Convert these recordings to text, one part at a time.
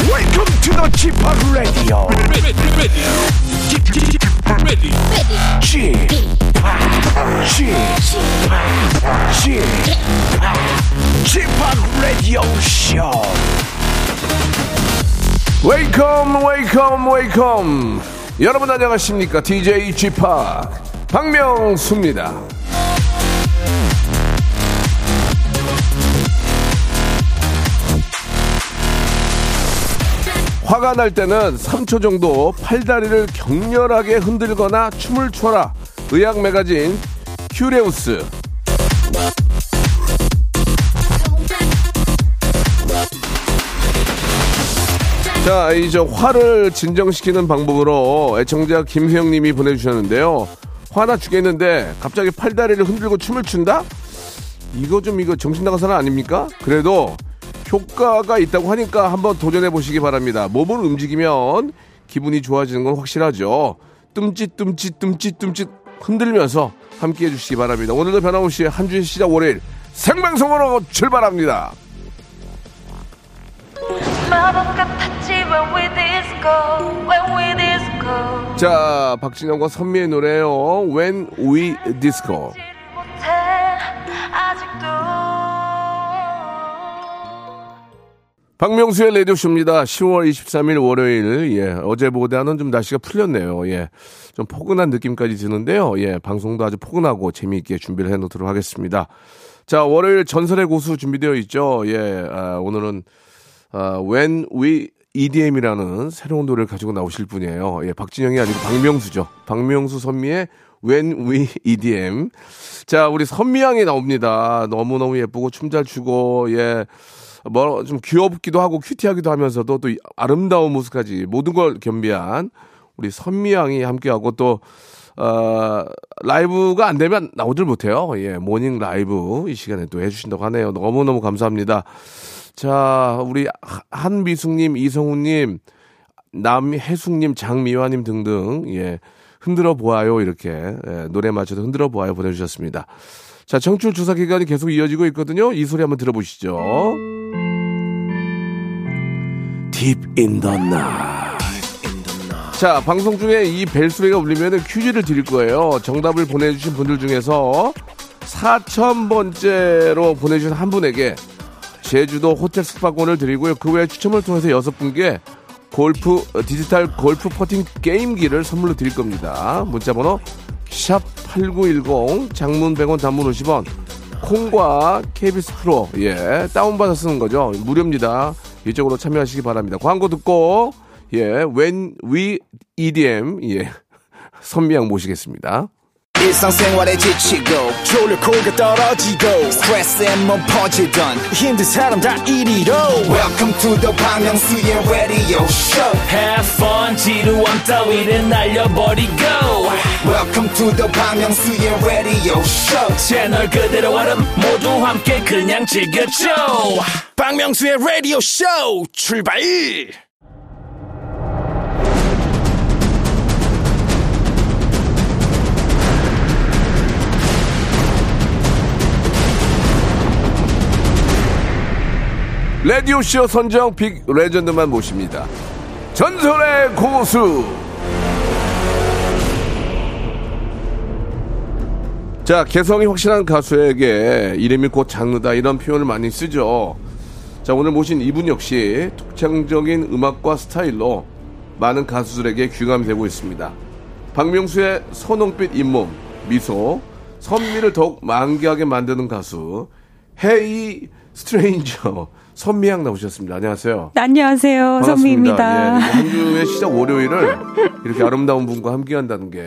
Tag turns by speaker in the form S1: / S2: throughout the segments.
S1: to the Chip Radio.
S2: ready, ready, ready,
S1: Chip, Chip, Chip, Chip Radio Show. Welcome, welcome, welcome. 여러분 안녕하십니까? DJ G p 박명수입니다. 화가 날 때는 3초 정도 팔다리를 격렬하게 흔들거나 춤을 춰라. 의학 매거진 큐레우스. 자, 이제 화를 진정시키는 방법으로 애청자 김수영님이 보내주셨는데요. 화나 죽겠는데 갑자기 팔다리를 흔들고 춤을 춘다? 이거 좀 이거 정신 나가서는 아닙니까? 그래도 효과가 있다고 하니까 한번 도전해 보시기 바랍니다. 몸을 움직이면 기분이 좋아지는 건 확실하죠. 뜸짓뜸짓 뜸짓뜸짓 흔들면서 함께 해주시기 바랍니다. 오늘도 변함없이 한 주의 시작 월요일 생방송으로 출발합니다.
S3: 마법 같았지만 we disco when we disco
S1: 자, 박진영과 선미의 노래요. When We Disco.
S3: 지를 못해 아직도
S1: 박명수의 라디오쇼입니다. 10월 23일 월요일, 예, 어제보다는 좀 날씨가 풀렸네요. 예, 좀 포근한 느낌까지 드는데요. 예, 방송도 아주 포근하고 재미있게 준비를 해놓도록 하겠습니다. 자, 월요일 전설의 고수 준비되어 있죠. 예, 아, 오늘은, 아, When We EDM이라는 새로운 노래를 가지고 나오실 분이에요. 예, 박진영이 아니고 박명수죠. 박명수 선미의 When We EDM. 자, 우리 선미양이 나옵니다. 너무너무 예쁘고 춤 잘 추고, 예. 뭐, 좀 귀엽기도 하고 큐티하기도 하면서도 또 이 아름다운 모습까지 모든 걸 겸비한 우리 선미양이 함께하고 또, 어, 라이브가 안 되면 나오질 못해요. 예, 모닝 라이브 이 시간에 또 해주신다고 하네요. 너무너무 감사합니다. 자, 우리 하- 한미숙님, 이성우님, 남혜숙님, 장미화님 등등, 예, 흔들어 보아요. 이렇게, 예, 노래 맞춰서 흔들어 보아요. 보내주셨습니다. 자, 청출 조사 기간이 계속 이어지고 있거든요. 이 소리 한번 들어보시죠. Deep in the night. 자, 방송 중에 이 벨소리가 울리면 퀴즈를 드릴 거예요. 정답을 보내주신 분들 중에서 4,000번째로 보내주신 한 분에게 제주도 호텔 숙박권을 드리고요. 그 외에 추첨을 통해서 여섯 분께 골프 어, 디지털 골프 퍼팅 게임기를 선물로 드릴 겁니다. 문자 번호 샵 8910 장문 100원 단문 50원 콩과 KBS 프로 예 다운받아 쓰는 거죠. 무료입니다. 이쪽으로 참여하시기 바랍니다. 광고 듣고 예 when we EDM 예 선미양 모시겠습니다.
S4: 일상생활에 지치고, 졸려 코가 떨어지고, 스트레스에 몸 퍼지던, 힘든 사람 다 이리로. welcome to the Bang Myung-soo's radio show
S5: Have fun 지루함 따위를 날려버리고
S4: welcome to the Bang Myung-soo's radio show
S5: 채널 그대로 와름 모두 함께 그냥 즐겨줘
S4: 박명수의 라디오 쇼 출발
S1: 라디오 쇼 선정 빅 레전드만 모십니다. 전설의 고수. 자, 개성이 확실한 가수에게 이름이 곧 장르다 이런 표현을 많이 쓰죠. 자, 오늘 모신 이분 역시 독창적인 음악과 스타일로 많은 가수들에게 귀감되고 있습니다. 박명수의 선홍빛 잇몸, 미소, 선미를 더욱 만개하게 만드는 가수, 헤이 스트레인저, 선미양 나오셨습니다. 안녕하세요.
S6: 네, 안녕하세요. 선미입니다.
S1: 반갑습니다. 예, 한 주의 시작 월요일을 이렇게 아름다운 분과 함께 한다는 게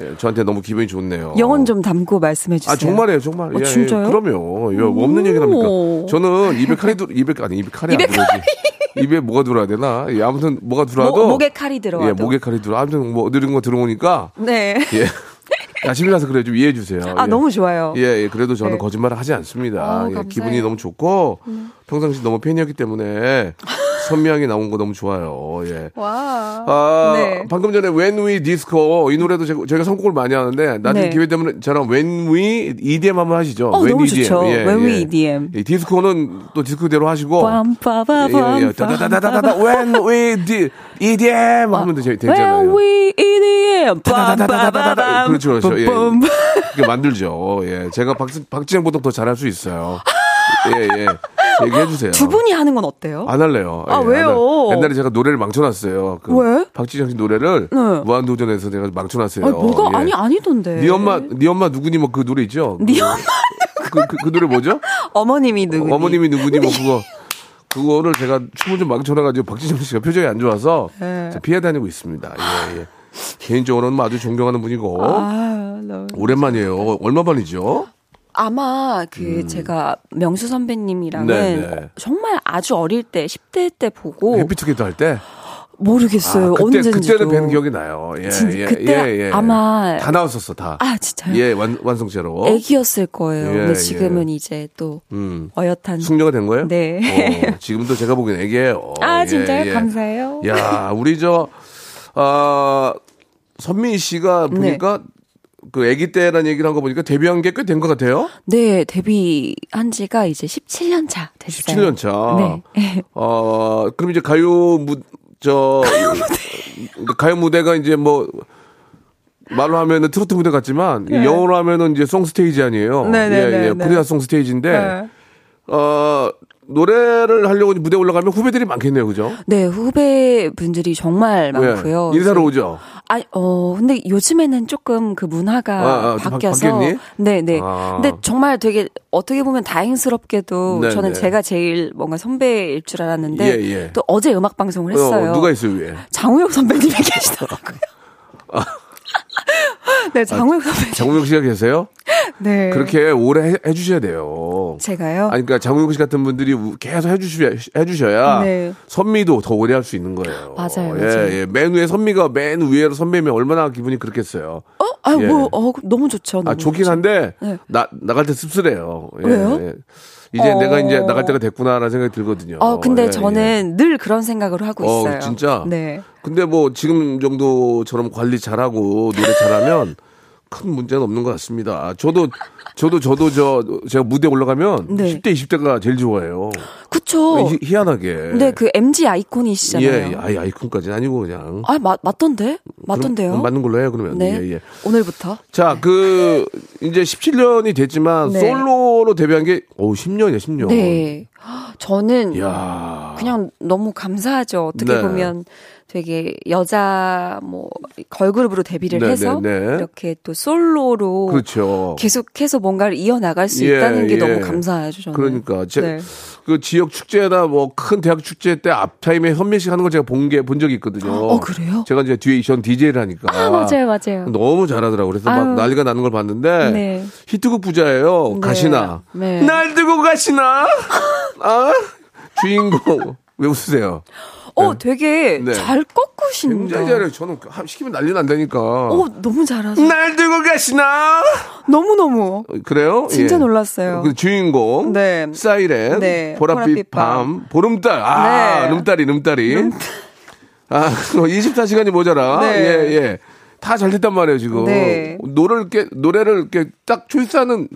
S1: 예, 저한테 너무 기분이 좋네요.
S6: 영혼 좀 담고 말씀해
S1: 어.
S6: 주세요.
S1: 아 정말이에요 정말
S6: 어,
S1: 예, 예,
S6: 진짜요?
S1: 그럼요 이거 없는 얘기랍니까
S6: 오.
S1: 저는 입에 칼이 들 입에 아니 입에 칼이
S6: 입에
S1: 안 들어오지 입에 뭐가 들어야 되나 예, 아무튼 뭐가 들어와도
S6: 목, 목에 칼이 들어와도.
S1: 예 목에 칼이 들어 아무튼 뭐 이런 거 들어오니까
S6: 네.
S1: 예 야심이라서 그래 좀 이해해 주세요
S6: 아
S1: 예.
S6: 너무 좋아요.
S1: 예, 예, 그래도 저는
S6: 네.
S1: 거짓말을 하지 않습니다.
S6: 아,
S1: 예,
S6: 감사해요.
S1: 기분이 너무 좋고 평상시 너무 팬이었기 때문에 선미향이 나온 거 너무 좋아요. 예.
S6: 와.
S1: 아,
S6: 네.
S1: 방금 전에 When We Disco 이 노래도 제- 저희가 선곡을 많이 하는데 나중에
S6: 네.
S1: 기회 되면 저랑 When We EDM 한번 하시죠. E
S6: 어, 너무 좋죠. When We E EDM.
S1: 예, 이 디스코는 또 디스코대로 하시고 예, 예.
S6: 빰빠바밤.
S1: 따다다다다다 When We D- EDM 하면 되죠- 되잖아요.
S6: When we EDM. 빰빠바밤.
S1: 그렇죠, 그렇죠. 예.
S6: 뿜뿜.
S1: 이렇게 만들죠. 예, 제가 박 박지영보다 더 잘할 수 있어요. 예, 예. 얘기해 주세요.
S6: 두 분이 하는 건 어때요?
S1: 안 할래요.
S6: 아,
S1: 예, 안
S6: 왜요?
S1: 할- 옛날에 제가 노래를 망쳐놨어요. 그
S6: 왜?
S1: 박지영 씨 노래를
S6: 네.
S1: 무한도전에서 제가 망쳐놨어요.
S6: 아니, 뭐가
S1: 예.
S6: 아니 아니던데.
S1: 네 엄마, 네 엄마 누구니 뭐 그 노래 있죠?
S6: 네 엄마
S1: 그, 그, 그 노래 뭐죠?
S6: 어머님이 누구?
S1: 어머님이 누구니 뭐 그거. 그거를 제가 춤을 좀 망쳐놔가지고 박진영 씨가 표정이 안 좋아서
S6: 네.
S1: 제가 피해 다니고 있습니다. 예, 예. 개인적으로는 뭐 아주 존경하는 분이고.
S6: 아, 너무-
S1: 오랜만이에요. 얼마 만이죠?
S6: 아마 그 제가 명수 선배님이랑은
S1: 음. 네, 네.
S6: 정말 아주 어릴 때 10대 때 보고
S1: 해피투게더 할 때.
S6: 모르겠어요.
S1: 아, 그때,
S6: 언제인지도.
S1: 그때는 뵌 기억이 나요. 예,
S6: 진짜
S1: 예,
S6: 그때
S1: 예, 예.
S6: 아마-
S1: 다 나왔었어, 다.
S6: 아, 진짜요?
S1: 예, 완, 완성체로.
S6: 애기였을 거예요.
S1: 예,
S6: 근데 지금은 이제 또
S1: 음.
S6: 어엿한
S1: 숙녀가 된 거예요?
S6: 네.
S1: 어, 지금도 제가 보기엔 애기예요.
S6: 아,
S1: 예,
S6: 진짜요?
S1: 예.
S6: 감사해요.
S1: 야, 우리 저, 아, 선민 씨가
S6: 네.
S1: 보니까 그 애기 때라는 얘기를 한 거 보니까 데뷔한 게 꽤 된 것 같아요?
S6: 네, 데뷔한 지가 이제 17년 차 됐어요.
S1: 17년 차.
S6: 네.
S1: 어, 그럼 이제 가요 무, 저. 가요 무대. 가요 무대가 이제 뭐, 말로 하면은 트로트 무대 같지만, 영어로 하면은 이제 송스테이지 아니에요.
S6: 네, 네,
S1: 예,
S6: 네,
S1: 예.
S6: 네.
S1: 코리아 송스테이지인데, 어, 노래를 하려고 무대 올라가면 후배들이 많겠네요, 그죠?
S6: 네, 후배분들이 정말
S1: 예.
S6: 많고요.
S1: 인사로 오죠.
S6: 아, 어, 근데 요즘에는 조금 그 문화가
S1: 아, 아, 좀 바-
S6: 바뀌어서.
S1: 바뀌었니?
S6: 네, 네.
S1: 아.
S6: 근데 정말 되게 어떻게 보면 다행스럽게도
S1: 네,
S6: 저는
S1: 네.
S6: 제가 제일 뭔가 선배일 줄 알았는데
S1: 예, 예.
S6: 또 어제 음악 방송을 했어요.
S1: 어, 누가 있어요, 위에?
S6: 장우혁 선배님이 계시더라고요. 네, 장우혁 선배님.
S1: 아. 장우혁 씨가 계세요?
S6: 네.
S1: 그렇게 오래 해, 해주셔야 돼요.
S6: 제가요?
S1: 아니, 그러니까 장우혁 씨 같은 분들이 우- 계속 해주셔야, 해주셔야
S6: 네.
S1: 선미도 더 오래 할 수 있는 거예요.
S6: 맞아요,
S1: 예,
S6: 맞아요.
S1: 예. 맨 위에 선미가 맨 위에로 선배면 얼마나 기분이 그렇겠어요.
S6: 어? 아,
S1: 예.
S6: 뭐, 어, 너무 좋죠.
S1: 아,
S6: 너무
S1: 좋긴
S6: 좋죠.
S1: 한데,
S6: 네.
S1: 나, 나갈 때 씁쓸해요. 예,
S6: 왜요?
S1: 예. 이제
S6: 어.
S1: 내가 이제 나갈 때가 됐구나라는 생각이 들거든요.
S6: 어, 근데
S1: 예, 예.
S6: 저는 늘 그런 생각을 하고
S1: 어,
S6: 있어요.
S1: 진짜?
S6: 네.
S1: 근데 뭐 지금 정도처럼 관리 잘하고 노래 잘하면 큰 문제는 없는 것 같습니다. 저도 저도 저도 저 제가 무대 올라가면
S6: 네.
S1: 10대 20대가 제일 좋아해요.
S6: 그쵸.
S1: 어, 희, 희한하게.
S6: 근데 그 MG
S1: 예,
S6: 아이콘이시잖아요.
S1: 예, 아이 아이콘까지는 아니고 그냥
S6: 아, 맞, 맞던데? 맞던데요?
S1: 그럼 맞는 걸로 해요 그러면.
S6: 네.
S1: 예, 예.
S6: 오늘부터?
S1: 자, 그 이제 17년이 됐지만
S6: 네.
S1: 솔로로 데뷔한 게오 10년이야 10년.
S6: 네. 헉, 저는
S1: 어. 야.
S6: 그냥 너무 감사하죠. 어떻게
S1: 네.
S6: 보면 되게 여자 뭐 걸그룹으로 데뷔를
S1: 네,
S6: 해서
S1: 네, 네.
S6: 이렇게 또 솔로로
S1: 그렇죠.
S6: 뭐 계속해서 뭔가를 이어나갈 수
S1: 예,
S6: 있다는 게
S1: 예.
S6: 너무 감사하죠. 저는.
S1: 그러니까 제,
S6: 네.
S1: 그 지역 축제나 뭐 큰 대학 축제 때 앞타임에 선민 씨 하는 걸 제가 본 게 본 적이 있거든요.
S6: 어, 그래요?
S1: 제가 이제 뒤에 전 DJ를 하니까.
S6: 아, 맞아요, 맞아요.
S1: 너무 잘하더라고. 그래서 막
S6: 아유.
S1: 난리가 나는 걸 봤는데
S6: 네.
S1: 히트곡 부자예요.
S6: 네.
S1: 가시나.
S6: 네.
S1: 날 두고 가시나. 아? 주인공 왜 웃으세요?
S6: 어, 되게
S1: 네.
S6: 잘 꺾으신다.
S1: 굉장히 잘해요. 네. 저는 하- 시키면 난리 난다니까.
S6: 어, 너무 잘하세요.
S1: 날 두고 가시나.
S6: 너무너무.
S1: 어, 그래요?
S6: 진짜 놀랐어요.
S1: 그 주인공
S6: 네.
S1: 사이렌
S6: 네.
S1: 보랏빛
S6: 보랏빛
S1: 밤 보름달 아
S6: 네.
S1: 름달이 름달이 아 24시간이 모자라
S6: 네.
S1: 예 예. 다 잘 됐단 말이에요 지금
S6: 네.
S1: 노래를 꽤 노래를 이렇게 딱 초이스하는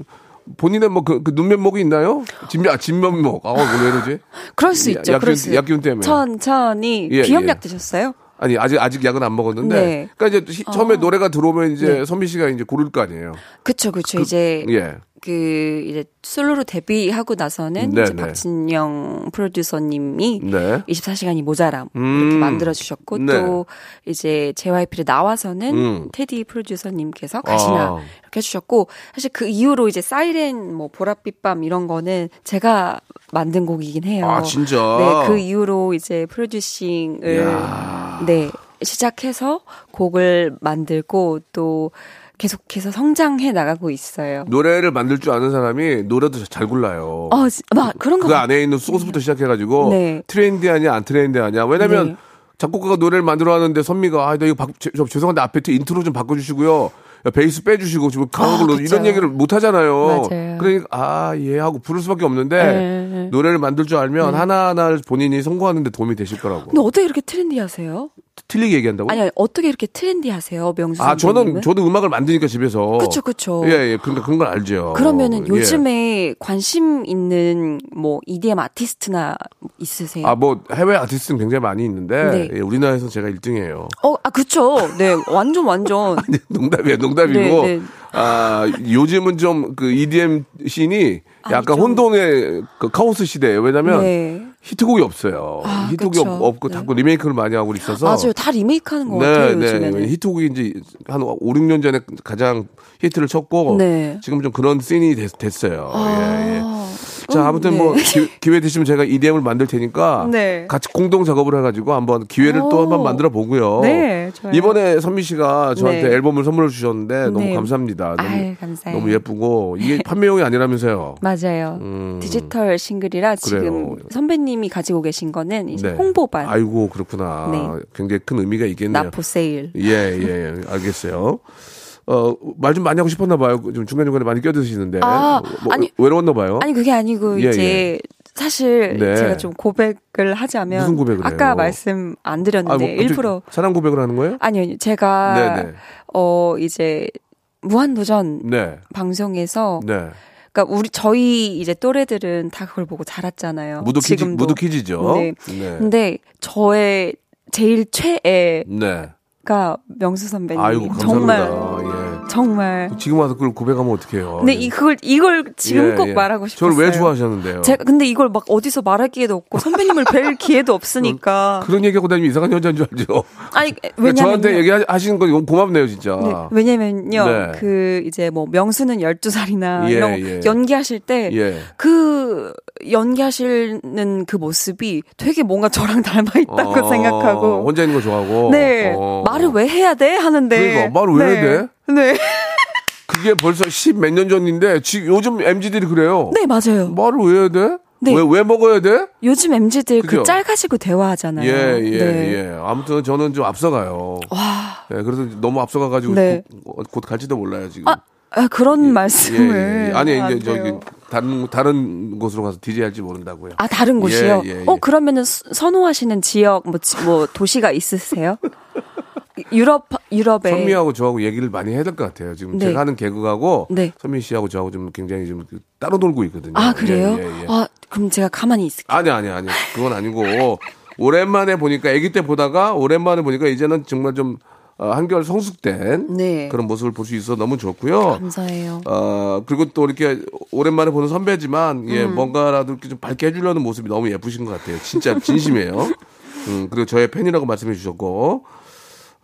S1: 본인의 뭐그 그 눈면목이 있나요? 진면 아, 진면목 아왜 이러지?
S6: 그럴 수
S1: 야-
S6: 있죠.
S1: 약기운-
S6: 그럴 수
S1: 약기운 때문에.
S6: 천천히.
S1: 예,
S6: 비염약
S1: 예.
S6: 드셨어요?
S1: 아니 아직 아직 약은 안 먹었는데
S6: 네.
S1: 그러니까 이제 시- 처음에 노래가 들어오면 이제 선미 씨가 이제 고를 거 아니에요.
S6: 그쵸, 그쵸. 이제
S1: 예.
S6: 그 이제 솔로로 데뷔하고 나서는
S1: 네,
S6: 이제
S1: 네.
S6: 박진영 프로듀서님이
S1: 네.
S6: 24시간이 모자람
S1: 음.
S6: 이렇게 만들어 주셨고
S1: 네.
S6: 또 이제 JYP를 나와서는
S1: 음.
S6: 테디 프로듀서님께서 가시나
S1: 아.
S6: 이렇게 해주셨고 사실 그 이후로 이제 사이렌 뭐 보랏빛 밤 이런 거는 제가 만든 곡이긴 해요.
S1: 아, 진짜?
S6: 어. 네, 그 이후로 이제 프로듀싱을
S1: 이야.
S6: 네 시작해서 곡을 만들고 또 계속해서 성장해 나가고 있어요.
S1: 노래를 만들 줄 아는 사람이 노래도 잘 골라요.
S6: 어, 지- 막 그런 거 음.
S1: 그 안에 있는 소스부터 시작해가지고
S6: 네.
S1: 트렌디하냐 안 트렌디하냐 왜냐면
S6: 네.
S1: 아, 작곡가가 노래를 만들어 하는데 선미가 아나 이거 바, 죄, 저, 죄송한데 앞에 트- 인트로 좀 바꿔주시고요 야, 베이스 빼주시고 지금 강한
S6: 아,
S1: 걸로
S6: 그쵸.
S1: 이런 얘기를 못 하잖아요.
S6: 맞아요.
S1: 그러니까 아 예 하고 부를 수밖에 없는데
S6: 네, 네.
S1: 노래를 만들 줄 알면 하나하나 본인이 성공하는데 도움이 되실 거라고.
S6: 근데 어떻게 이렇게 트렌디하세요?
S1: 틀리게 얘기한다고?
S6: 아니, 아니 어떻게 이렇게 트렌디하세요, 명수
S1: 뭐? 아 저는
S6: 선배님은?
S1: 저도 음악을 만드니까 집에서.
S6: 그쵸, 그쵸.
S1: 어. 예예 그러니까 그런 걸 알죠.
S6: 그러면은
S1: 예.
S6: 요즘에 관심 있는 뭐 EDM 아티스트나 있으세요?
S1: 아, 뭐, 해외 아티스트는 굉장히 많이 있는데,
S6: 예. 네.
S1: 예, 우리나라에서는 제가 1등이에요.
S6: 어, 아 그쵸. 네, 완전 완전.
S1: 농담이에요, 농담이고.
S6: 네, 네.
S1: 아, 요즘은 좀 그 EDM 씬이 약간
S6: 아, 좀-
S1: 혼돈의 그 카오스 시대예요 왜냐면
S6: 네.
S1: 히트곡이 없어요.
S6: 아,
S1: 히트곡이
S6: 그쵸.
S1: 없- 없고
S6: 네.
S1: 자꾸 리메이크를 많이 하고 있어서.
S6: 맞아요, 다 리메이크하는 것
S1: 네,
S6: 같아요
S1: 네.
S6: 요즘에는.
S1: 히트곡이 이제 한 5, 6년 전에 가장 히트를 쳤고
S6: 네. 아.
S1: 지금 좀 그런 씬이 됐, 어요 예, 예. 자,
S6: 음,
S1: 아무튼
S6: 네.
S1: 뭐 기, 기회 되시면 제가 EDM을 만들 테니까
S6: 네.
S1: 같이 공동 작업을 해 가지고 한번 기회를 또
S6: 오.
S1: 한번 만들어 보고요.
S6: 네, 좋아요.
S1: 이번에 선미 씨가 저한테
S6: 네.
S1: 앨범을 선물을 주셨는데 너무
S6: 네.
S1: 감사합니다. 너무
S6: 아유, 감사해요.
S1: 너무 예쁘고 이게 판매용이 아니라면서요.
S6: 맞아요. 디지털 싱글이라
S1: 음. 그래요.
S6: 지금 선배님이 가지고 계신 거는 이제
S1: 네.
S6: 홍보반
S1: 아이고, 그렇구나.
S6: 네.
S1: 굉장히 큰 의미가 있겠네요.
S6: 나포 세일.
S1: 예, 예, 예. 알겠어요. 어, 말 좀 많이 하고 싶었나 봐요. 좀 중간중간에 많이 껴드시는데.
S6: 아,
S1: 뭐,
S6: 아니.
S1: 외로웠나 봐요.
S6: 아니 그게 아니고
S1: 예,
S6: 이제
S1: 예.
S6: 사실
S1: 네.
S6: 제가 좀 고백을 하자면
S1: 무슨 고백을 해요?
S6: 아까 말씀 안 드렸는데
S1: 아, 뭐 갑자기
S6: 네, 일부러
S1: 사랑 고백을 하는 거예요?
S6: 아니요 아니요. 제가
S1: 네네.
S6: 어 이제 무한도전
S1: 네.
S6: 방송에서
S1: 네.
S6: 그러니까 우리 저희 이제 또래들은 다 그걸 보고 자랐잖아요.
S1: 무드 퀴즈,
S6: 어, 지금도.
S1: 무드 퀴즈죠.
S6: 네.
S1: 네.
S6: 근데 저의 제일 최애가
S1: 네.
S6: 명수 선배님
S1: 아이고, 감사합니다.
S6: 네. 정말 정말
S1: 예. 지금 와서 그걸 고백하면 어떡해요. 네.
S6: 근데 이 그걸 이걸 지금
S1: 예,
S6: 꼭
S1: 예.
S6: 말하고 싶었어요.
S1: 저를 왜 좋아하셨는데요?
S6: 제가 근데 이걸 막 어디서 말할 기회도 없고 선배님을 뵐 기회도 없으니까
S1: 그, 그런 얘기하고 다니면 이상한 여자인 줄 알죠.
S6: 아니
S1: 그러니까
S6: 왜냐면
S1: 저한테 얘기하시는 건 이건 고맙네요, 진짜.
S6: 예, 왜냐면요
S1: 아. 네.
S6: 그 이제 뭐 명수는 12살이나
S1: 예,
S6: 이런 거
S1: 예.
S6: 연기하실 때
S1: 예.
S6: 그 연기하시는 그 모습이 되게 뭔가 저랑 닮아 있다고
S1: 어,
S6: 생각하고
S1: 혼자 있는 거 좋아하고.
S6: 네
S1: 어.
S6: 말을 왜 해야 돼 하는데
S1: 그러니까, 말을 왜
S6: 네.
S1: 해야 돼?
S6: 네.
S1: 그게 벌써 십 몇 년 전인데 지금 요즘 MZ들이 그래요.
S6: 네 맞아요
S1: 말을 왜 해야 돼?
S6: 네.
S1: 왜, 왜 먹어야 돼?
S6: 요즘 MZ들 그
S1: 그죠?
S6: 짤 가지고 대화하잖아요
S1: 예, 예,
S6: 네.
S1: 예. 아무튼 저는 좀 앞서가요.
S6: 와
S1: 예, 그래서 너무 앞서가가지고
S6: 네.
S1: 곧, 곧 갈지도 몰라요, 지금.
S6: 아, 아, 그런 말씀을
S1: 예, 예. 아니,
S6: 안
S1: 이제 저기
S6: 돼요.
S1: 다른, 다른 곳으로 가서 DJ 할지 모른다고요.
S6: 아 다른 곳이요?
S1: 예, 예, 예.
S6: 어 그러면은 수- 선호하시는 지역 뭐, 지- 뭐 도시가 있으세요? 유럽 유럽에
S1: 선미하고 저하고 얘기를 많이 해야 될 것 같아요. 지금
S6: 네.
S1: 제가 하는 개그하고
S6: 네.
S1: 선미 씨하고 저하고 좀 굉장히 좀 따로 놀고 있거든요.
S6: 아 그래요?
S1: 예, 예, 예.
S6: 아 그럼 제가 가만히 있을게요.
S1: 아니 아니 아니 그건 아니고 오랜만에 보니까 아기 때 보다가 오랜만에 보니까 이제는 정말 좀 어, 한결 성숙된
S6: 네.
S1: 그런 모습을 볼 수 있어서 너무 좋고요.
S6: 감사해요.
S1: 어, 그리고 또 이렇게 오랜만에 보는 선배지만 예
S6: 음.
S1: 뭔가라도 이렇게 좀 밝게 해주려는 모습이 너무 예쁘신 것 같아요. 진짜 진심이에요. 음, 그리고 저의 팬이라고 말씀해 주셨고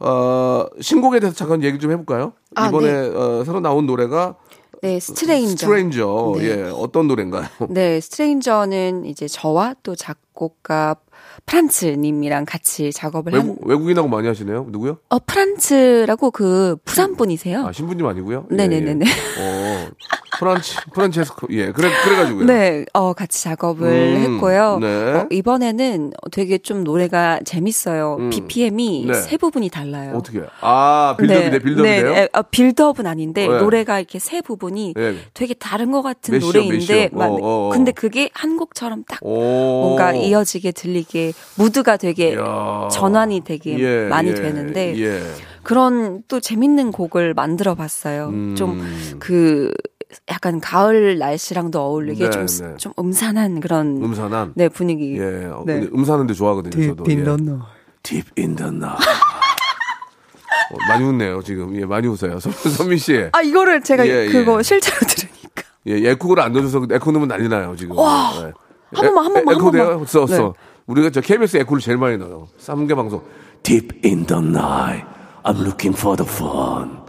S1: 어, 신곡에 대해서 잠깐 얘기 좀 해볼까요?
S6: 아,
S1: 이번에 어, 새로 나온 노래가
S6: 네 스트레인저.
S1: 어, 스트레인저
S6: 네.
S1: 예 어떤 노래인가요?
S6: 네 스트레인저는 이제 저와 또 작곡가 프란츠님이랑 같이 작업을 한.
S1: 외국, 외국인하고 많이 하시네요. 누구요?
S6: 어 프란츠라고 그 부산 분이세요.
S1: 아, 신부님 아니고요?
S6: 네네네네.
S1: 예, 예. 어, 프란치, 프란체스코, 예, 그래, 그래가지고요.
S6: 네, 어, 같이 작업을
S1: 음,
S6: 했고요.
S1: 네.
S6: 어, 이번에는 되게 좀 노래가 재밌어요. BPM이
S1: 음. 네.
S6: 세 부분이 달라요.
S1: 어떻게, 아, 빌드업이네, 빌드업이네요?
S6: 네, 아, 빌드업은 아닌데
S1: 네.
S6: 노래가 이렇게 세 부분이
S1: 네.
S6: 되게 다른 것 같은
S1: 몇 시요, 몇 시요?
S6: 노래인데, 막-
S1: 어, 어, 어.
S6: 근데 그게 한 곡처럼 딱
S1: 오.
S6: 뭔가 이어지게 들리게 무드가 되게
S1: 이야.
S6: 전환이 되게
S1: 예,
S6: 많이
S1: 예,
S6: 되는데
S1: 예.
S6: 그런 또 재밌는 곡을 만들어봤어요.
S1: 음.
S6: 좀 그 약간 가을 날씨랑도 어울리게
S1: 네,
S6: 좀,
S1: 네.
S6: 좀 음산한 그런
S1: 음산한?
S6: 네 분위기.
S1: 예. 어,
S6: 네.
S1: 근데 음산한데 좋아하거든요, 저도. 예. 딥인 더 너. 딥인 더 너. 어, 많이 웃네요, 지금. 예, 많이 웃어요. 선, 선민 씨.
S6: 아 이거를 제가
S1: 예,
S6: 그거
S1: 예.
S6: 실제로 들으니까
S1: 예, 에코를 안 넣어줘서 에코 넣으면 난리 나요, 지금.
S6: 와.
S1: 예.
S6: 한 번만, 한 번만, 한
S1: 에코 돼요?
S6: 번만.
S1: 써, 써.
S6: 네.
S1: 우리가 저 KBS 에코를 제일 많이 넣어요. 3개 방송.
S5: Deep in the night, I'm looking for the fun.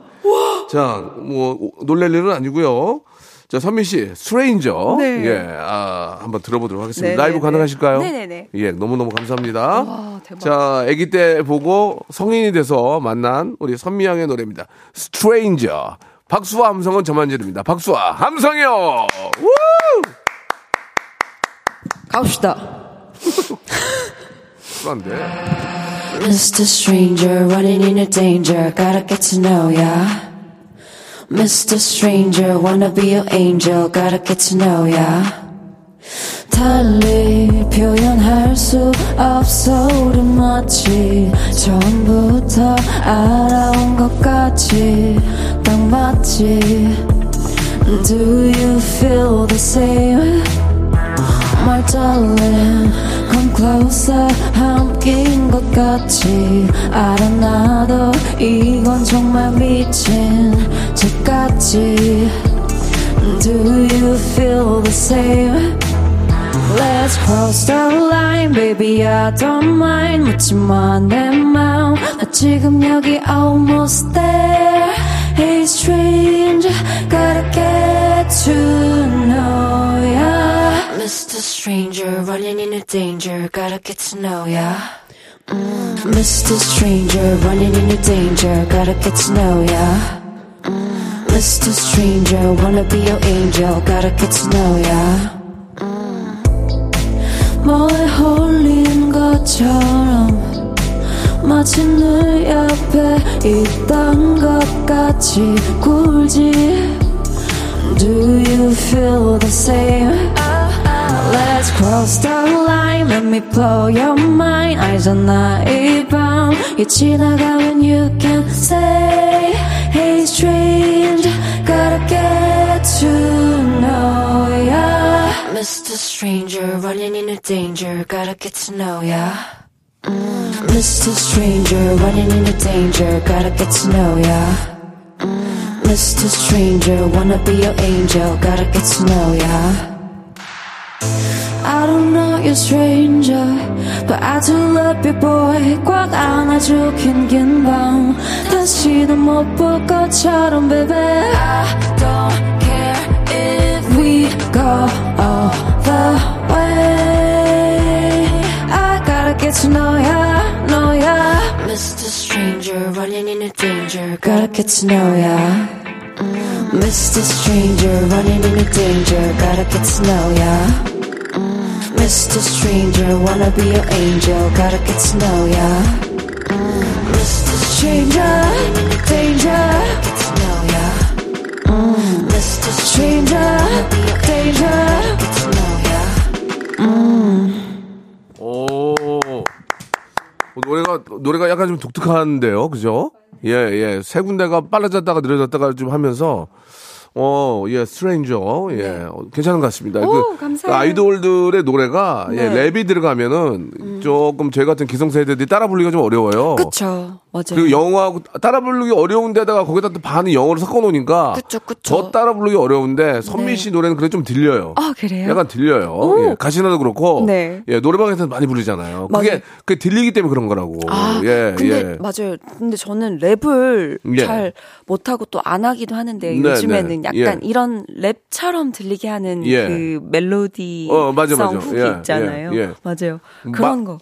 S1: 자, 뭐, 오- 놀랄 일은 아니고요 자, 선민 씨, 스트레인저.
S6: 네.
S1: 예, 아, 한번 들어보도록 하겠습니다.
S6: 네,
S1: 라이브
S6: 네,
S1: 가능하실까요?
S6: 네, 네, 네.
S1: 예, 너무너무 감사합니다.
S6: 와, 대박.
S1: 자, 아기 때 보고 성인이 돼서 만난 우리 선미양의 노래입니다. 스트레인저. 박수와 함성은 저만 지릅니다. 박수와 함성이요! 우!
S6: 가봅시다.
S1: 쿨한데.
S7: Just a stranger running into danger. Gotta get to know ya.
S6: Mr. Stranger, wanna be your angel, gotta get to know ya. 달리 표현할 수 없어 우리 마치 처음부터 알아온 것 같이 딱 맞지 Do you feel the same? My darling, come closer 함께인 것 같이 알아 나도 이건 정말 미친 것 같지 Do you feel the same? Let's cross the line, baby. I don't mind. 묻지만 내 마음. 나 지금 여기 almost there. Hey, strange. Gotta get to know ya. Mr. Stranger, running into danger. Gotta get to know ya. Mm. Mr. Stranger, running into danger. Gotta get to know ya. Mm. Mr. Stranger, wanna be your angel. Gotta get to know ya. 뭐에 홀린 것처럼 마치 늘 옆에 있던 것 같이 굴지 Do you feel the same? Let's cross the line Let me blow your mind 알잖아 이밤 이 지나가면 you can say Hey strange Gotta get to know ya Mr. Stranger running into danger Gotta get to know ya mm. Mr. Stranger running into danger Gotta get to know ya mm. Mr. Stranger wanna be your angel Gotta get to know ya I don't know you stranger But I do love you boy 꽉 안아줘 긴긴밤 다시는 못볼 것처럼 baby I don't care if we go all the way I gotta get to know ya, know ya Mr. Stranger running into danger Gotta get to know ya Mm. Mr. Stranger running into danger Gotta get to know ya Mr. Stranger, wanna be your angel, gotta get to know ya. Mm. Mr. Stranger, danger, get to know ya. Mm. Mr. Stranger, danger, get to know ya.
S1: 오. 어, 노래가 노래가 약간 좀 독특한데요, 그죠? 예, 예. 세 군데가 빨라졌다가 느려졌다가 좀 하면서 어, 예, 스트레인저, 예, 어, 괜찮은 것 같습니다.
S8: 네.
S1: 그
S8: 오, 감사해요.
S1: 아이돌들의 노래가 예,
S8: 네. 음.
S1: 랩이 들어가면은 조금 저희 같은 기성세대들이 따라 부르기가 좀 어려워요.
S8: 그쵸. 맞아요.
S1: 그리고 영어하고 따라 부르기 어려운데다가 거기다 또 반은 영어로 섞어 놓으니까
S8: 그쵸, 그쵸. 네.
S1: 더 따라 부르기 어려운데 선미 씨 노래는 그래 좀 들려요.
S8: 아, 그래요?
S1: 약간 들려요.
S8: 오.
S1: 예, 가시나도 그렇고
S8: 네.
S1: 예, 노래방에서 많이 부르잖아요.
S8: 맞아요.
S1: 그게 그 들리기 때문에 그런 거라고.
S8: 아,
S1: 예,
S8: 근데
S1: 예.
S8: 맞아요. 근데 저는 랩을
S1: 예.
S8: 잘 못하고 또 안 하기도 하는데
S1: 네,
S8: 요즘에는
S1: 네.
S8: 약간
S1: 예.
S8: 이런 랩처럼 들리게 하는
S1: 예.
S8: 그 멜로디
S1: 어, 맞아,
S8: 성
S1: 맞아.
S8: 훅이
S1: 예,
S8: 있잖아요.
S1: 예, 예.
S8: 맞아요.
S1: 마-
S8: 그런 거.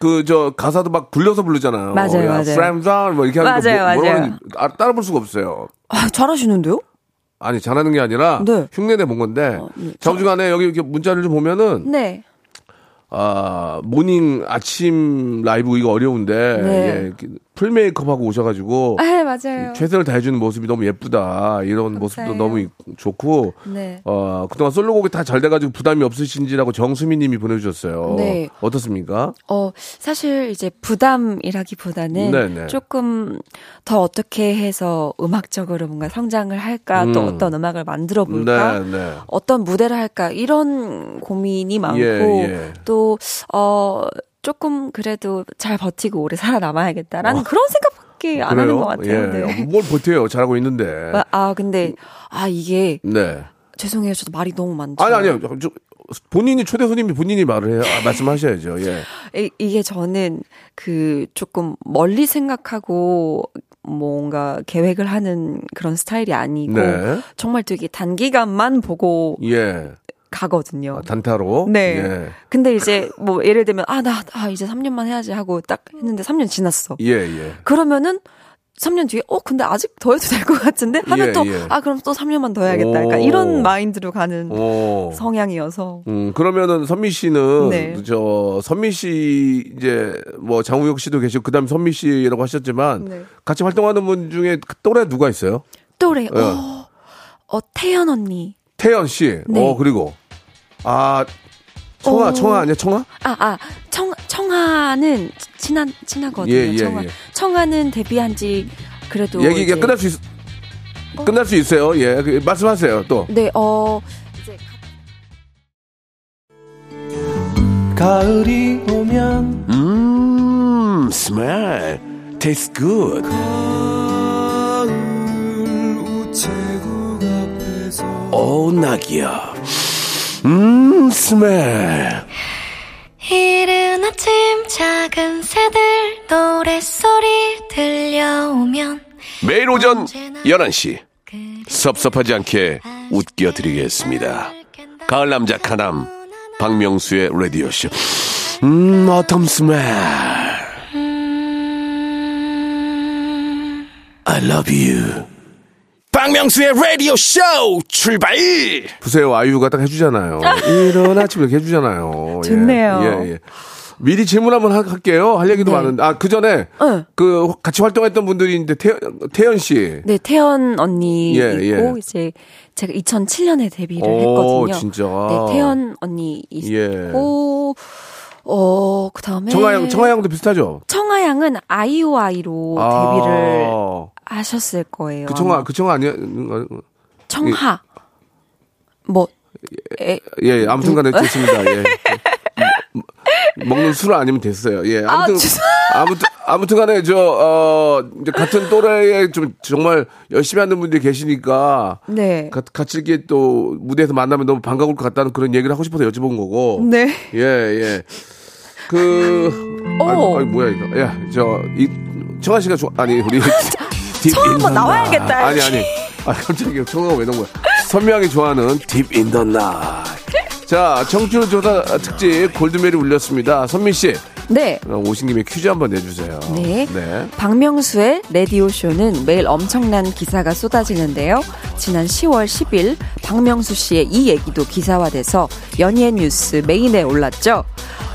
S1: 그 저 가사도 막 굴려서 부르잖아요.
S8: 맞아요,
S1: 야,
S8: 맞아요.
S1: 프랑스 뭐 이렇게 하는데
S8: 맞아요,
S1: 뭐,
S8: 맞아요.
S1: 뭐라는- 아, 따라 볼 수가 없어요.
S8: 아, 잘하시는데요?
S1: 아니 잘하는 게 아니라
S8: 네.
S1: 흉내내 본 건데 잠시간에 여기 이렇게 문자를 좀 보면은
S8: 네.
S1: 아 모닝 아침 라이브 이거 어려운데
S8: 네.
S1: 예, 이렇게 풀 메이크업하고 오셔가지고
S8: 아, 맞아요.
S1: 최선을 다해주는 모습이 너무 예쁘다 이런 모습도 너무 이- 좋고
S8: 네.
S1: 어 그동안 솔로곡이 다 잘 돼가지고 부담이 없으신지라고 정수미님이 보내주셨어요.
S8: 네.
S1: 어떻습니까?
S8: 어, 사실 이제 부담이라기보다는
S1: 네네.
S8: 조금 더 어떻게 해서 음악적으로 뭔가 성장을 할까 또
S1: 음.
S8: 어떤 음악을 만들어 볼까
S1: 네, 네.
S8: 어떤 무대를 할까 이런 고민이 많고
S1: 예, 예.
S8: 또 어 조금 그래도 잘 버티고 오래 살아남아야겠다라는 그런 생각밖에 안 하는
S1: 어. 그래요?
S8: 것 같아요.
S1: 예.
S8: 네.
S1: 뭘 버텨요? 잘하고 있는데.
S8: 아, 아 근데 아 이게
S1: 네.
S8: 죄송해요. 저도 말이 너무 많죠.
S1: 아니 아니요. 저, 본인이 초대 손님이 본인이 말을 해요. 아, 말씀하셔야죠. 예.
S8: 이- 이게 저는 그 조금 멀리 생각하고 뭔가 계획을 하는 그런 스타일이 아니고
S1: 네.
S8: 정말 되게 단기간만 보고
S1: 예.
S8: 가거든요.
S1: 아, 단타로.
S8: 어. 네.
S1: 예.
S8: 근데 이제 뭐 예를 들면 아, 나, 아, 이제 3년만 해야지 하고 딱 했는데 3년 지났어.
S1: 예, 예.
S8: 그러면은 3년 뒤에 어 근데 아직 더 해도 될 것 같은데 하면
S1: 예,
S8: 또 아
S1: 예.
S8: 그럼 또 3년만 더 해야겠다.
S1: 오.
S8: 약간 이런 마인드로 가는
S1: 오.
S8: 성향이어서
S1: 음, 그러면은 선미 씨는
S8: 네.
S1: 저 선미 씨 이제 뭐 장우혁 씨도 계시고 그다음 선미 씨라고 하셨지만
S8: 네.
S1: 같이 활동하는 분 중에 또래 누가 있어요?
S6: 또래.
S1: 예.
S6: 어, 어, 태연 언니.
S1: 태연 씨.
S6: 네.
S1: 어 그리고 아 청아
S6: 어.
S1: 청아 아니야 청아?
S6: 아, 아, 청, 청아는 친한, 친하거든요.
S1: 예, 예,
S6: 청아.
S1: 예.
S6: 청아는 데뷔한 지 그래도.
S1: 얘기 이게
S6: 이제-
S1: 끝날 수 있,
S6: 어?
S1: 끝날 수 있어요. 예 그, 말씀하세요 또.
S6: 네, 어,
S9: 가을이 오면
S1: 음 smell tastes good.
S5: Oh,
S1: 오 나기야. 음 smell.
S3: 이른 아침 작은 새들 노랫소리 들려오면
S1: 매일 오전 11시 섭섭하지 않게 웃겨드리겠습니다. 가을 남자 카남 박명수의 라디오 쇼. 음 어텀 스멜. I love you.
S5: 박명수의 라디오 쇼 출발
S1: 부세요 아이유가 딱 해주잖아요. 이런 아침 이렇게 해주잖아요. 예.
S6: 좋네요.
S1: 예, 예. 미리 질문 한번 하- 할게요. 할 얘기도
S6: 네.
S1: 많은데 아그 전에
S6: 응.
S1: 그 같이 활동했던 분들이 이제 태연, 태연 씨.
S6: 네, 태연 언니
S1: 예,
S6: 있고
S1: 예.
S6: 이제 제가 2007년에 데뷔를
S1: 오,
S6: 했거든요.
S1: 진짜.
S6: 네, 태연 언니
S1: 예.
S6: 있고 어, 그다음에
S1: 청아양 청아양도 비슷하죠.
S6: 청아양은 아이오아이로 데뷔를
S1: 아,
S6: 하셨을 거예요.
S1: 그 청아
S6: 아마.
S1: 그 청아 아니야?
S6: 청하 뭐 에,
S1: 예, 예,
S6: 음.
S1: 아무튼간에 좋습니다. 예. 음, 먹- 먹는 술 아니면 됐어요. 예, 아무튼
S6: 아, 죄송-
S1: 아무튼 아무튼간에 저어 이제 같은 또래에 좀 정말 열심히 하는 분들이 계시니까
S6: 네.
S1: 같- 같이 이렇게 또 무대에서 만나면 너무 반가울 것 같다는 그런 얘기를 하고 싶어서 여쭤본 거고.
S6: 네.
S1: 예, 예. 그,
S6: 오.
S1: 아, 아 뭐야, 이거. 야, 저, 이, 청아 씨가 좋아, 아니, 우리. 딥
S6: 청아 한번
S1: 인더
S6: 나와야겠다.
S1: 나이. 아니, 아니. 아, 깜짝이야. 청아가 왜 나온 거야. 선명하게 좋아하는 딥 인더 나이. 자, 청춘 조사 특집 골드메리 울렸습니다. 선민 씨,
S6: 네.
S1: 어, 오신 김에 퀴즈 한번 내주세요.
S6: 네.
S1: 네.
S6: 박명수의 라디오쇼는 매일 엄청난 기사가 쏟아지는데요. 지난 10월 10일 박명수 씨의 이 얘기도 기사화돼서 연예인 뉴스 메인에 올랐죠.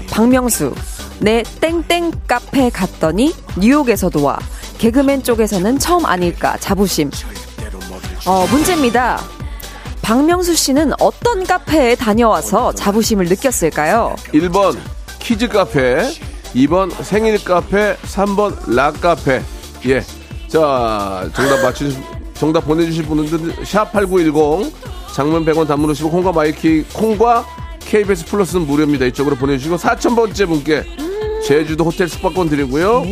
S6: 박명수, 내 땡땡 카페 갔더니 뉴욕에서도 와. 개그맨 쪽에서는 처음 아닐까 자부심. 어, 문제입니다. 박명수 씨는 어떤 카페에 다녀와서 자부심을 느꼈을까요?
S1: 1번 키즈 카페, 2번 생일 카페, 3번 락 카페. 예. 자, 정답 맞추 정답 보내 주실 분은 샵8910 장문 100원 단문 50원 콩과 마이키 콩과 KBS 플러스는 무료입니다. 이쪽으로 보내 주시고 4000번째 분께 제주도 호텔 숙박권 드리고요.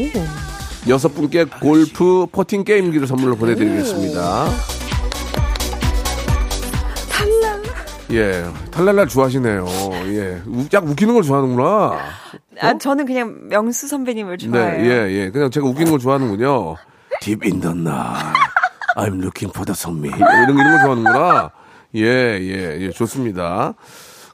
S1: 여섯 분께 골프 퍼팅 게임기를 선물로 보내 드리겠습니다. 예, 탈랄라 좋아하시네요. 예, 우- 약 웃기는 걸 좋아하는구나.
S6: 아, 저는 그냥 명수 선배님을 좋아해요.
S1: 네, 예, 예. 그냥 제가 웃기는 걸 좋아하는군요. Deep in the night, I'm looking for the sunbeam. 이런, 이런 걸 좋아하는구나. 예, 예, 예. 좋습니다.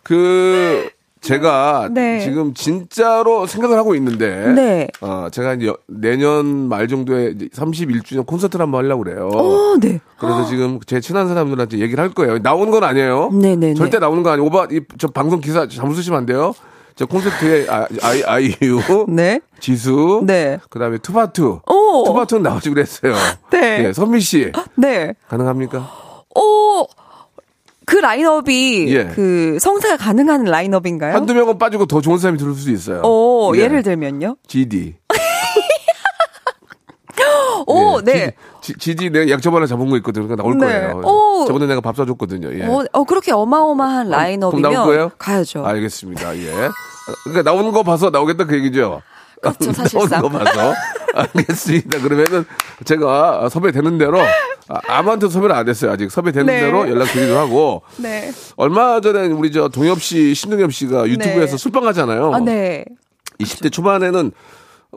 S1: 그, 제가
S6: 네.
S1: 지금 진짜로 생각을 하고 있는데.
S6: 네.
S1: 어, 제가 이제 내년 말 정도에 이제 31주년 콘서트를 한번 하려고 그래요.
S6: 어, 네.
S1: 그래서 지금 제 친한 사람들한테 얘기를 할 거예요. 나오는 건 아니에요.
S6: 네네네.
S1: 절대 나오는 거 아니에요. 오바, 이, 저 방송 기사 잘못 쓰시면 안 돼요. 저 콘서트에 아, 아이, 아이유,
S6: 네.
S1: 지수,
S6: 네.
S1: 그 다음에 투바투.
S6: 오.
S1: 투바투는 나오지 그랬어요.
S6: 네.
S1: 예, 선미 씨,
S6: 네.
S1: 가능합니까?
S6: 오, 어, 그 라인업이
S1: 예.
S6: 그 성사가 가능한 라인업인가요?
S1: 한두 명은 빠지고 더 좋은 사람이 들을 수도 있어요.
S6: 네. 오,
S1: 예.
S6: 예를 들면요.
S1: GD.
S6: 오,
S1: 예.
S6: 네.
S1: GD, GD 내가 약점 하나 잡은 거 있거든요. 그러니까 나올
S6: 네.
S1: 거예요.
S6: 오.
S1: 저번에 내가 밥 사줬거든요. 예.
S6: 어, 어, 그렇게 어마어마한
S1: 그럼
S6: 라인업이면
S1: 아, 나올 거예요?
S6: 가야죠.
S1: 알겠습니다. 예. 그러니까 나오는 거 봐서 나오겠다 그 얘기죠.
S6: 그렇죠,
S1: 나오는
S6: 사실상.
S1: 거 봐서. 알겠습니다. 그러면은 제가 섭외 되는 대로 아, 아무한테 섭외를 안 했어요. 아직 섭외 되는
S6: 네.
S1: 대로 연락드리기도 하고.
S6: 네.
S1: 얼마 전에 우리 저 동엽 씨, 신동엽 씨가 유튜브에서
S6: 네.
S1: 술방 가잖아요.
S6: 아, 네.
S1: 20대 초반에는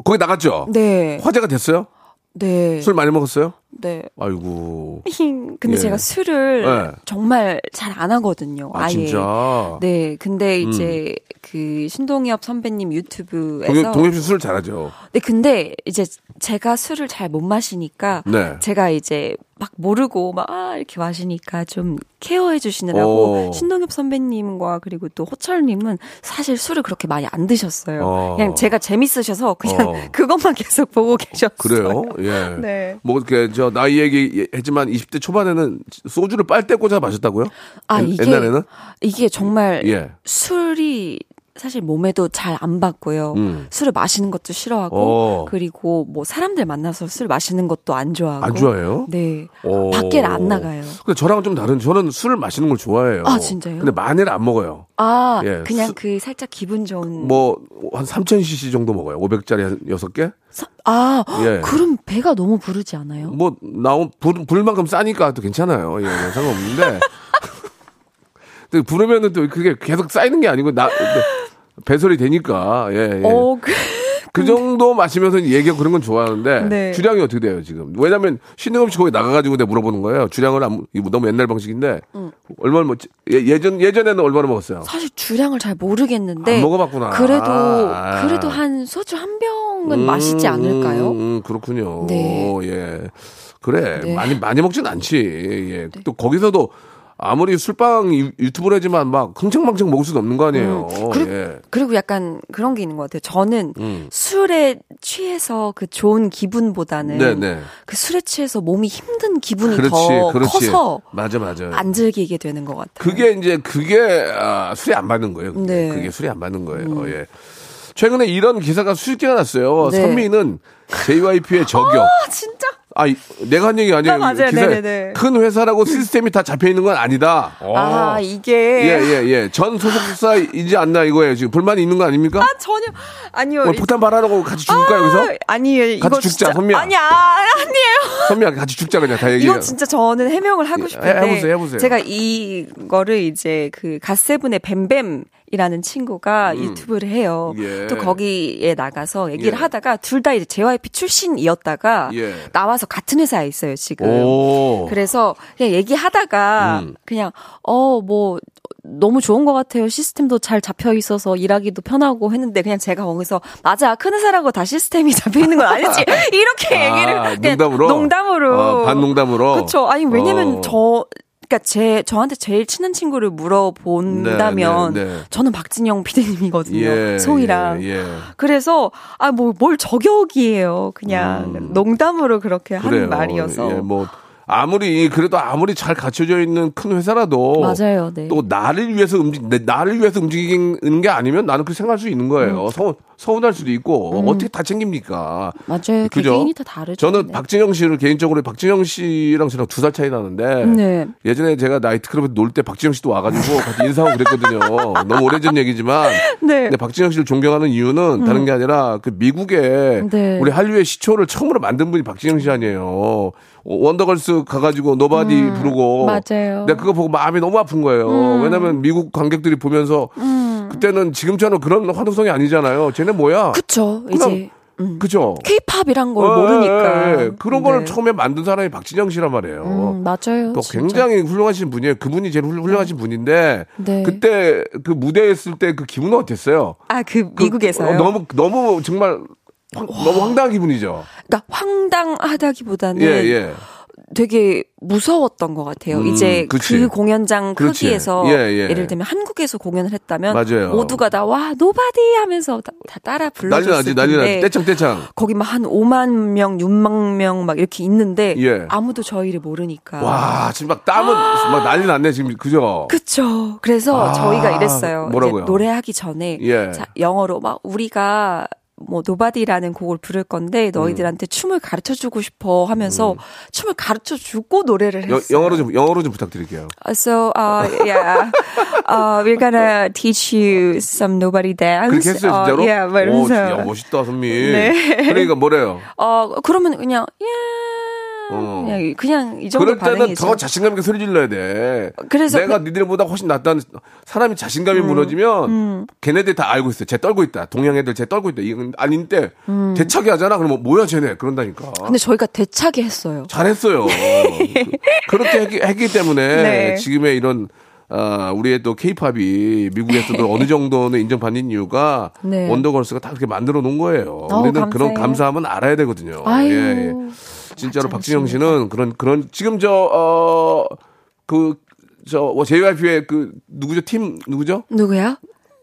S1: 거기 나갔죠.
S6: 네.
S1: 화제가 됐어요?
S6: 네.
S1: 술 많이 먹었어요?
S6: 네.
S1: 아이고.
S6: 힝. 근데
S1: 예.
S6: 제가 술을
S1: 네.
S6: 정말 잘 안 하거든요.
S1: 아,
S6: 예
S1: 진짜. 음.
S6: 네. 근데 이제 그 신동엽 선배님 유튜브에서
S1: 동엽, 동엽 씨 술 잘하죠.
S6: 네, 근데 이제 제가 술을 잘 못 마시니까
S1: 네.
S6: 제가 이제 막 모르고 막 아, 이렇게 마시니까 좀 케어해 주시느라고
S1: 오.
S6: 신동엽 선배님과 그리고 또 호철님은 사실 술을 그렇게 많이 안 드셨어요.
S1: 어.
S6: 그냥 제가 재밌으셔서 그냥
S1: 어.
S6: 그것만 계속 보고 계셨어요.
S1: 그래요? 예.
S6: 네.
S1: 뭐 이렇게 저 나이 얘기 했지만 20대 초반에는 소주를 빨대 꽂아 마셨다고요?
S6: 아,
S1: 옛-
S6: 이게
S1: 옛날에는?
S6: 이게 정말
S1: 예.
S6: 술이 사실 몸에도 잘 안 받고요.
S1: 음.
S6: 술을 마시는 것도 싫어하고
S1: 어.
S6: 그리고 뭐 사람들 만나서 술 마시는 것도 안 좋아하고
S1: 안 좋아해요? 어.
S6: 네.
S1: 오.
S6: 밖에 안 나가요.
S1: 근데 저랑 좀 다른 저는 술을 마시는 걸 좋아해요.
S6: 아, 진짜요?
S1: 근데 많이는 안 먹어요.
S6: 아,
S1: 예,
S6: 그냥
S1: 수-
S6: 그 살짝 기분 좋은
S1: 뭐 한 3,000cc 정도 먹어요. 500짜리 한 6개?
S6: 사- 아,
S1: 예.
S6: 그럼 배가 너무 부르지 않아요?
S1: 뭐 나온 불, 불만큼 싸니까 또 괜찮아요. 예, 뭐 상관없는데. 근데 부르면은 또 그게 계속 쌓이는 게 아니고 나 네. 배설이 되니까. 예, 예.
S6: 어, 그,
S1: 그 정도 마시면서 얘기하고 그런 건 좋아하는데
S6: 네.
S1: 주량이 어떻게 돼요 지금? 왜냐면 신경 없이 거기 나가가지고 내가 물어보는 거예요. 주량을 안, 이거 너무 옛날 방식인데 얼마나 먹 예, 전 예전에는 얼마나 먹었어요?
S6: 사실 주량을 잘 모르겠는데
S1: 안 먹어봤구나.
S6: 그래도
S1: 아.
S6: 그래도 한 소주 한
S1: 음,
S6: 병은 마시지 않을까요?
S1: 음, 그렇군요.
S6: 네.
S1: 예. 그래
S6: 네.
S1: 많이 많이 먹진 않지. 예. 또 거기서도 아무리 술방 유- 유튜브라지만 막 흥청망청 먹을 수는 없는 거 아니에요.
S6: 음. 그리고,
S1: 예.
S6: 그리고 약간 그런 게 있는 것 같아요. 저는
S1: 음.
S6: 술에 취해서 그 좋은 기분보다는
S1: 네, 네.
S6: 그 술에 취해서 몸이 힘든 기분이
S1: 그렇지,
S6: 더
S1: 그렇지. 네.
S6: 커서
S1: 맞아, 맞아.
S6: 안 즐기게 되는 것 같아요.
S1: 그게 이제 그게 아, 술이 안 맞는 거예요. 그게,
S6: 네. 음.
S1: 그게 술이 안 맞는 거예요. 예. 최근에 이런 기사가 수십 개가 났어요.
S6: 네.
S1: 선미는 JYP의 저격.
S6: 아, 진짜?
S1: 아, 이- 내가 한 얘기 아니에요.
S6: 아, 맞아요.
S1: 기사에
S6: 네네네.
S1: 큰 회사라고 시스템이 다 잡혀 있는 건 아니다.
S6: 아 이게
S1: 어. 예, 예, 예. 전 소속사이지 않나 이거예요. 지금 불만이 있는 거 아닙니까?
S6: 전혀 아니요.
S1: 오늘 폭탄 발하라고 같이 죽을까 어, 여기서?
S6: 아니에요. 이거
S1: 같이 죽자,
S6: 진짜,
S1: 선미야.
S6: 아니야 아니에요.
S1: 선미야 같이 죽자 그냥 다 얘기해.
S6: 이건 진짜 저는 해명을 하고 싶은데
S1: 예, 해보세요, 해보세요.
S6: 제가 이거를 이제 그 갓세븐의 뱀뱀이라는 친구가 유튜브를 해요.
S1: 음. 예.
S6: 또 거기에 나가서 얘기를
S1: 예.
S6: 하다가 둘 다 이제 JYP 출신이었다가
S1: 예.
S6: 나와서 같은 회사에 있어요 지금.
S1: 오.
S6: 그래서 그냥 얘기하다가
S1: 음.
S6: 그냥 어 뭐 너무 좋은 것 같아요. 시스템도 잘 잡혀 있어서 일하기도 편하고 했는데 그냥 제가 거기서 맞아 큰 회사라고 다 시스템이 잡혀 있는 건 아니지 이렇게 얘기를
S1: 아,
S6: 그냥
S1: 농담으로?
S6: 농담으로
S1: 어, 반농담으로?
S6: 그렇죠. 아니 왜냐면
S1: 어.
S6: 저 그니까 제 저한테 제일 친한 친구를 물어본다면
S1: 네, 네, 네.
S6: 저는 박진영 PD님이거든요.
S1: 예,
S6: 소희랑
S1: 예, 예.
S6: 그래서 아 뭐 뭘 저격이에요. 그냥 농담으로 그렇게
S1: 음. 그래요.
S6: 한 말이어서
S1: 예, 뭐 아무리 그래도 아무리 잘 갖춰져 있는 큰 회사라도
S6: 맞아요. 네.
S1: 어. 또 나를 위해서 움직 내- 나를 위해서 움직이는 게 아니면 나는 그렇게 생각할 수 있는 거예요. 서운 서운할 수도 있고 어떻게 다 챙깁니까?
S6: 음. 맞아요.
S1: 그죠?
S6: 개개인이 다 다르죠.
S1: 저는
S6: 네.
S1: 박진영 씨를 개인적으로 박진영 씨랑 저랑 두 살 차이 나는데
S6: 네.
S1: 예전에 제가 나이트클럽에 놀 때 박진영 씨도 와가지고 같이 인사하고 그랬거든요. 너무 오래전 얘기지만
S6: 네. 음.
S1: 근데 박진영 씨를 존경하는 이유는 다른 게 아니라 그 미국에
S6: 네.
S1: 우리 한류의 시초를 처음으로 만든 분이 박진영 씨 아니에요. 어, 원더걸스 가가지고 노바디 부르고
S6: 음. 맞아요.
S1: 내가 그거 보고 마음이 너무 아픈 거예요. 왜냐면 미국 관객들이 보면서 그때는 지금처럼 그런 활동성이 아니잖아요. 쟤네 뭐야?
S6: 음. 그쵸. 이제
S1: 그죠?
S6: 케이팝이란 걸
S1: 어,
S6: 모르니까.
S1: 예, 예, 예. 그런 걸
S6: 네.
S1: 처음에 만든 사람이 박진영 씨란 말이에요.
S6: 음, 맞아요.
S1: 또
S6: 진짜.
S1: 굉장히 훌륭하신 분이에요. 그분이 제일 훌- 훌륭하신 분인데
S6: 네.
S1: 그때 그 무대에 있을 때 그 기분은 어땠어요?
S6: 아, 그
S1: 그-
S6: 미국에서요.
S1: 어, 너무 너무 정말 황- 너무 황당한 기분이죠.
S6: 그러니까 황당하다기보다는
S1: 예, 예.
S6: 되게 무서웠던 것 같아요.
S1: 음,
S6: 이제 그
S1: 그치.
S6: 공연장
S1: 그렇지.
S6: 크기에서
S1: 예, 예.
S6: 예, 를 들면 한국에서 공연을 했다면
S1: 맞아요.
S6: 모두가 다 와 노바디 하면서 다, 다 따라
S1: 난리
S6: 불러줬을
S1: 나지, 난리 나지.
S6: 텐데
S1: 떼창, 떼창.
S6: 거기 막 한 5만 명, 6만 명 막 이렇게 있는데
S1: 예.
S6: 아무도 저희를 모르니까
S1: 와, 지금 막 땀은
S6: 아.
S1: 막 난리 났네, 지금. 그죠?
S6: 그쵸. 그래서
S1: 아,
S6: 저희가 이랬어요.
S1: 뭐라고요?
S6: 이제 노래하기 전에
S1: 예.
S6: 자, 영어로 막 우리가 뭐 노바디라는 곡을 부를 건데 너희들한테
S1: 음.
S6: 춤을 가르쳐 주고 싶어 하면서 춤을 가르쳐 주고 노래를 했어요.
S1: 여- 영어로 좀, 영어로 좀 부탁드릴게요.
S6: So, uh, yeah, uh, we're gonna teach you some nobody dance.
S1: 그렇게 했어요,
S6: 어,
S1: 진짜로?
S6: yeah, 막
S1: 오, 진짜
S6: 이러면서.
S1: 멋있다, 선미.
S6: 네.
S1: 그러니까 뭐래요?
S6: 어, 그러면 그냥 yeah,
S1: 어.
S6: 그냥, 그냥 이 정도
S1: 그럴 때는
S6: 반응이죠.
S1: 더 자신감 있게 소리 질러야 돼.
S6: 그래서 음.
S1: 내가 니들보다 훨씬 낫다는 사람이 자신감이 무너지면 걔네들 다 알고 있어요. 쟤 떨고 있다. 동양 애들 쟤 떨고 있다. 이건 아닌데 대차게 하잖아. 그러면 뭐야 쟤네 그런다니까.
S6: 음. 근데 저희가 대차게 했어요.
S1: 잘했어요. 그, 렇게 했기, 했기 때문에
S6: 네.
S1: 지금의 이런 아, 우리의 또 케이팝이 미국에서도 어느 정도는 인정받는 이유가
S6: 네.
S1: 원더걸스가 다 그렇게 만들어 놓은 거예요. 우리는 그런
S6: 감사해요.
S1: 감사함은 알아야 되거든요. 예,
S6: 아유.
S1: 진짜로 박진영 씨는 그런 그런 지금 어, 뭐 저어그저 JYP의 그 누구죠? 팀 누구죠?
S6: 누구야?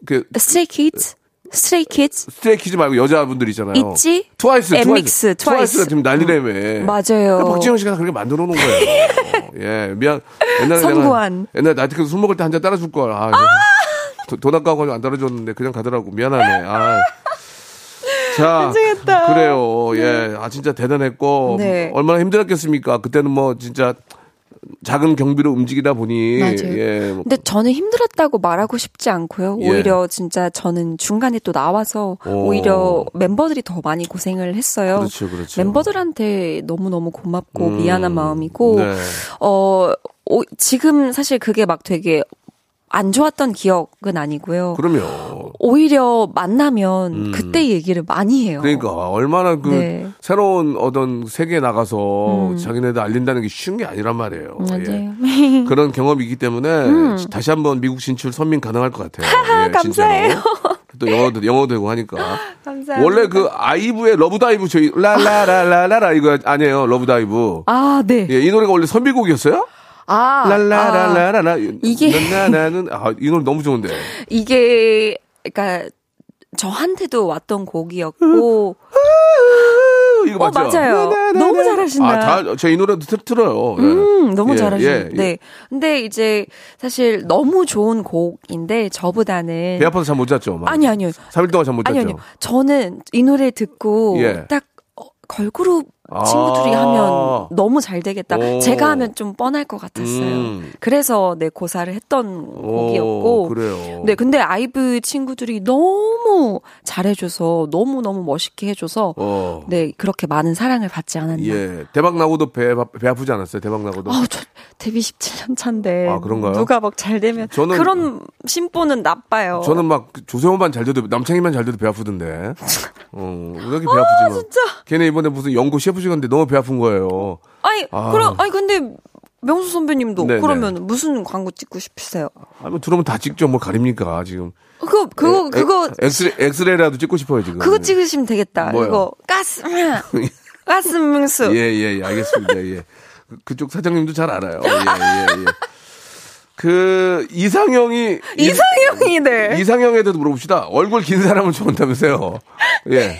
S1: 그
S6: Stray Kids? 스트레이 키즈
S1: 스트레이키즈 말고 여자분들 있잖아요.
S6: 있지?
S1: 트와이스,
S6: 엠믹스, 트와이스. 음.
S1: 트와이스가 지금 난리라며.
S6: 맞아요.
S1: 그러니까 박지영 씨가 그렇게 만들어 놓은 거예요. 어, 예, 미안. 옛날에
S6: 선구안.
S1: 내가 옛날에 나한테 술 먹을 때 한 잔 따라줄 걸. 아, 이거 도- 돈 아까워가지고 안 따라줬는데 그냥 가더라고. 미안하네. 아. 자, 그래요. 예, 아 진짜 대단했고
S6: 네.
S1: 얼마나 힘들었겠습니까? 그때는 뭐 진짜 작은 경비로 움직이다 보니
S6: 맞아요.
S1: 예, 뭐
S6: 근데 저는 힘들었다고 말하고 싶지 않고요.
S1: 예.
S6: 오히려 진짜 저는 중간에 또 나와서
S1: 오.
S6: 오. 히려 멤버들이 더 많이 고생을 했어요.
S1: 그렇죠, 그렇죠.
S6: 멤버들한테 너무너무 고맙고
S1: 음,
S6: 미안한 마음이고
S1: 네.
S6: 어 오- 지금 사실 그게 막 되게 안 좋았던 기억은 아니고요.
S1: 그럼요. 음.
S6: 오히려 만나면 그때 얘기를 많이 해요.
S1: 그러니까 얼마나 그
S6: 네. 음.
S1: 새로운 어떤 세계에 나가서 자기네들 알린다는 게 쉬운 게 아니란 말이에요. 예.
S6: 맞아요.
S1: 그런 경험이기 때문에 다시 한번 미국 진출 선민 가능할 것 같아요. 예,
S6: 음. 감사해요.
S1: 진짜로. 또 영어도 영어 되고 하니까.
S6: 감사합니다.
S1: 원래 그 아이브의 러브 다이브 저희 라라라라라 이거 아니에요. 러브 다이브.
S6: 아, 네.
S1: 예, 이 노래가 원래 선비곡이었어요?
S6: 아, 아,
S1: 랄라라라라.
S6: 이게-
S1: 나나는 아, 이 노래 너무 좋은데.
S6: 이게 그러니까 저한테도 왔던 곡이었고
S1: 이거
S6: 어,
S1: 맞죠?
S6: 맞아요. 너무 잘하신다.
S1: 아, 다, 제 이 노래도 틀- 틀어요. 예.
S6: 음, 너무
S1: 예,
S6: 잘하시는데.
S1: 예, 예.
S6: 근데 이제 사실 너무 좋은 곡인데 저보다는
S1: 배 아파서 잠 못 잤죠. 막.
S6: 네. 아니 아니요.
S1: 3일 동안 잠 못 잤죠.
S6: 아니 아니요. 저는 이 노래 듣고
S1: 예.
S6: 딱 어, 걸그룹
S1: 아.
S6: 친구들이 하면 너무 잘 되겠다.
S1: 오.
S6: 제가 하면 좀 뻔할 것 같았어요.
S1: 음.
S6: 그래서 네 고사를 했던
S1: 오,
S6: 곡이었고
S1: 그래요.
S6: 네, 근데 아이브 친구들이 너무 잘해줘서 너무 너무 멋있게 해줘서
S1: 어.
S6: 네 그렇게 많은 사랑을 받지 않았나.
S1: 예. 대박 나고도 배, 아- 배 아프지 않았어요. 대박 나고도.
S6: 아우, 저 데뷔 17년 차인데
S1: 아, 그런가요?
S6: 누가 막 잘 되면
S1: 저는-
S6: 그런 심보는 나빠요.
S1: 저는 막그 조세호만 잘 돼도 남창희만 잘 돼도 배 아프던데. 어, 왜 이렇게 배 아프지? 만 걔네 이번에 무슨 연구 셰프 시간인데 너무 배 아픈 거예요.
S6: 아니
S1: 아.
S6: 그럼 아니 근데 명수 선배님도
S1: 네,
S6: 그러면 무슨 광고 찍고 싶으세요?
S1: 아뭐 들어오면 다 찍죠. 뭘 가립니까 지금?
S6: 그거 그거
S1: 에-
S6: 그거
S1: 엑스레- 엑스레이라도 찍고 싶어요 지금.
S6: 그거 찍으시면 되겠다.
S1: 뭐요?
S6: 이거 가스 가스 명수.
S1: 예예예 알겠습니다. 예. 그- 그쪽 사장님도 잘 알아요. 예예 예, 예. 그 이상형이
S6: 이상형이네.
S1: 이상형에 대해서 물어봅시다. 얼굴 긴 사람을 좋아한다면서요? 예.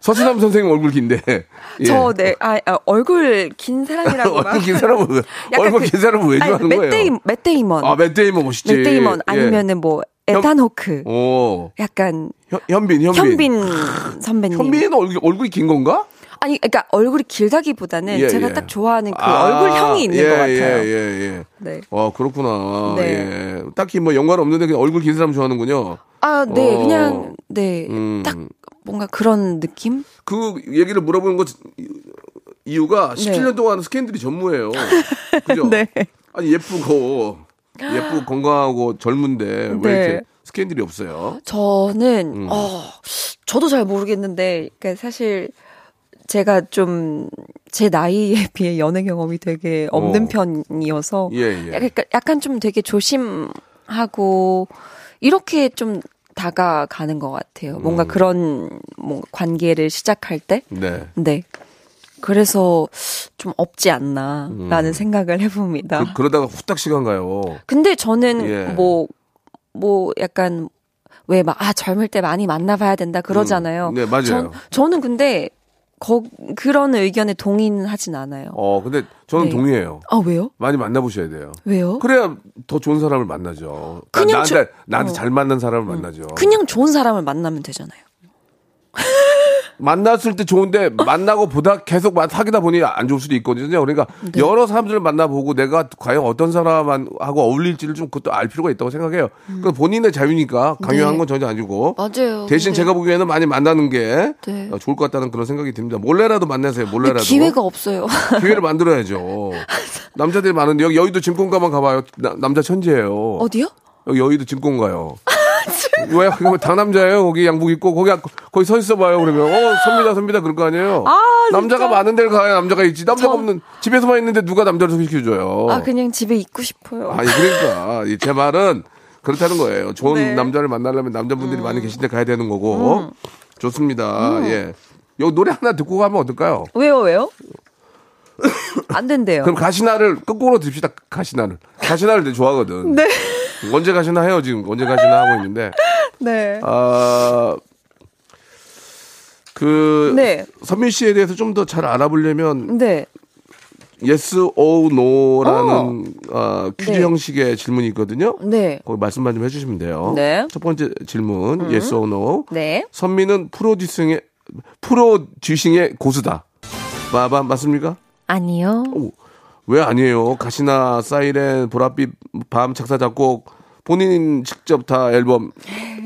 S1: 서, 수남 선생님 얼굴 긴데. 예.
S6: 저 네, 아, 아, 얼굴 긴 사람이라고 막.
S1: 뭐 얼굴 긴 사람은 왜-
S6: 약간 그
S1: 얼굴 긴 사람은 왜
S6: 아니,
S1: 좋아하는
S6: 맷
S1: 거예요?
S6: 데이- 맷 데이먼.
S1: 아, 맷데이먼 멋있지.
S6: 맷 데이먼
S1: 예.
S6: 아니면은 뭐 에탄 호크.
S1: 오.
S6: 약간
S1: 현, 현빈, 현빈. 아,
S6: 현빈 선배님.
S1: 현빈은 얼굴, 얼굴이 긴 건가?
S6: 아니, 그러니까 얼굴이 길다기보다는
S1: 예,
S6: 제가
S1: 예.
S6: 딱 좋아하는 그
S1: 아,
S6: 얼굴형이 있는
S1: 예,
S6: 것 같아요.
S1: 예, 예, 예.
S6: 네.
S1: 어, 그렇구나.
S6: 네.
S1: 예. 딱히 뭐 연관 없는데 그냥 얼굴 긴 사람 좋아하는군요.
S6: 아, 네,
S1: 어.
S6: 그냥 네,
S1: 음.
S6: 딱 뭔가 그런 느낌?
S1: 그 얘기를 물어보는 것 이유가 17년 동안 스캔들이 전무예요. 그죠?
S6: 네.
S1: 아니, 예쁘고, 예쁘고 건강하고 젊은데
S6: 네.
S1: 왜 이렇게 스캔들이 없어요?
S6: 저는
S1: 음.
S6: 어, 저도 잘 모르겠는데, 그러니까 사실 제가 좀 제 나이에 비해 연애 경험이 되게 없는
S1: 오.
S6: 편이어서
S1: 예, 예.
S6: 그러니까 약간, 약간 좀 되게 조심하고 이렇게 좀 다가가는 것 같아요. 뭔가
S1: 음.
S6: 그런 뭔 관계를 시작할 때,
S1: 네.
S6: 네. 그래서 좀 없지 않나라는 생각을 해봅니다.
S1: 음. 그, 그러다가 후딱 시간 가요.
S6: 근데 저는
S1: 예.
S6: 뭐, 뭐 약간 왜 막, 아, 젊을 때 많이 만나봐야 된다 그러잖아요.
S1: 음, 네, 맞아요.
S6: 전, 저는 근데 거, 그런 의견에 동의는 하진 않아요.
S1: 어, 근데 저는
S6: 네.
S1: 동의해요.
S6: 아, 왜요?
S1: 많이 만나보셔야 돼요.
S6: 왜요?
S1: 그래야 더 좋은 사람을 만나죠. 나-
S6: 그냥
S1: 나한테,
S6: 저-
S1: 나한테
S6: 어.
S1: 잘 맞는 사람을 만나죠.
S6: 그냥 좋은 사람을 만나면 되잖아요.
S1: 만났을 때 좋은데 만나고 보다 계속 마- 사귀다 보니 안 좋을 수도 있거든요. 그러니까
S6: 네.
S1: 여러 사람들을 만나보고 내가 과연 어떤 사람하고 어울릴지를 좀 그것도 알 필요가 있다고 생각해요. 그 본인의 자유니까 강요한
S6: 음. 네.
S1: 건 전혀 아니고.
S6: 맞아요.
S1: 대신
S6: 근데-
S1: 제가 보기에는 많이 만나는 게
S6: 네.
S1: 어, 좋을 것 같다는 그런 생각이 듭니다. 몰래라도 만나세요.
S6: 근데
S1: 몰래라도.
S6: 기회가 없어요.
S1: 기회를 만들어야죠. 남자들이 많은데 여기 여의도 증권가만 가봐요. 나- 남자 천재예요.
S6: 어디요? 아,
S1: 여기 여의도 증권가요. 왜? 그거 다 남자예요. 거기 양복 입고 거기 거기 서 있어 봐요. 그러면 어 선비다 선비다 그럴 거 아니에요. 남자가 많은 데를 가야 남자가 있지. 남자가
S6: 저-
S1: 없는 집에서만 있는데 누가 남자를 소개시켜줘요.
S6: 아, 그냥 집에 있고 싶어요.
S1: 어. 아니 그러니까 이제 제 말은 그렇다는 거예요. 좋은
S6: 네. 음.
S1: 남자를 만나려면 남자분들이 많이 계신데 가야 되는 거고 좋습니다. 예. 요 노래 하나 듣고 가면 어떨까요?
S6: 왜요, 왜요? 안 된대요.
S1: 그럼 가시나를 끝곡으로 듭시다. 가시나를 가시나를 되게 좋아하거든.
S6: 네.
S1: 언제 가시나 해요 지금 언제 가시나 하고 있는데
S6: 네.
S1: 아, 그
S6: 네.
S1: 선민 씨에 대해서 좀 더 잘 알아보려면
S6: 네.
S1: yes or no라는 아, 퀴즈
S6: 네.
S1: 형식의 질문이 있거든요.
S6: 네.
S1: 거기 말씀만 좀 해주시면 돼요.
S6: 네. 음.
S1: 첫 번째 질문 yes or no.
S6: 네.
S1: 선민은 프로듀싱의 프로듀싱의 고수다. 봐봐 맞습니까?
S6: 아니요.
S1: 오, 왜 아니에요? 가시나 사이렌 보랏빛 밤 작사 작곡 본인 직접 다 앨범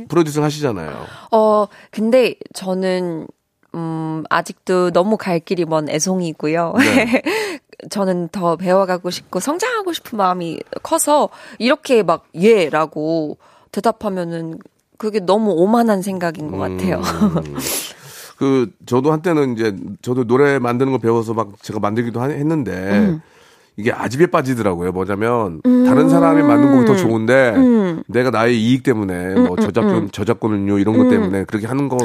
S1: 프로듀싱 하시잖아요.
S6: 어, 근데 저는 음, 아직도 너무 갈 길이 먼 애송이고요.
S1: 네.
S6: 저는 더 배워가고 싶고 성장하고 싶은 마음이 커서 이렇게 막 예라고 대답하면은 그게 너무 오만한 생각인 것 같아요.
S1: 음. 그 저도 한때는 이제 저도 노래 만드는 거 배워서 막 제가 만들기도 하- 했는데
S6: 음.
S1: 이게 아집에 빠지더라고요. 뭐냐면 다른 사람이 만든
S6: 음.
S1: 곡이 더 좋은데 내가 나의 이익 때문에 뭐 저작권
S6: 음.
S1: 저작권료 이런 것 때문에 그렇게 하는 거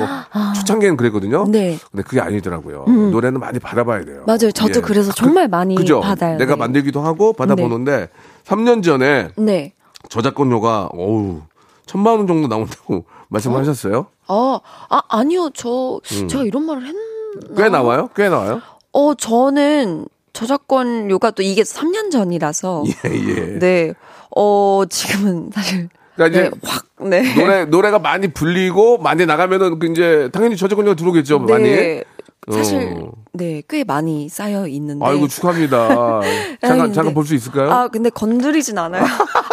S1: 초창기에는 그랬거든요.
S6: 아. 네. 음.
S1: 근데 그게 아니더라고요. 노래는 많이 예. 받아봐야 돼요.
S6: 맞아요. 저도 그래서 정말 많이
S1: 그죠?
S6: 받아요.
S1: 내가
S6: 네.
S1: 만들기도 하고 받아보는데 3년 전에
S6: 네.
S1: 저작권료가 어우 천만 원 정도 나온다고 말씀하셨어요?
S6: 어, 아, 아니요. 저,
S1: 음.
S6: 제가 이런 말을 했나?
S1: 꽤 나와요? 꽤 나와요?
S6: 어, 저는 저작권료가 또 이게 3년 전이라서.
S1: 예, 예.
S6: 네. 어, 지금은 사실.
S1: 그러니까 이제
S6: 네, 확, 네.
S1: 노래 노래가 많이 불리고 많이 나가면은 그 이제 당연히 저작권료가 들어오겠죠 많이.
S6: 네. 사실,
S1: 어.
S6: 네, 꽤 많이 쌓여 있는데.
S1: 아이고 축하합니다. 잠깐
S6: 근데-
S1: 잠깐 볼 수 있을까요?
S6: 아, 근데 건드리진 않아요.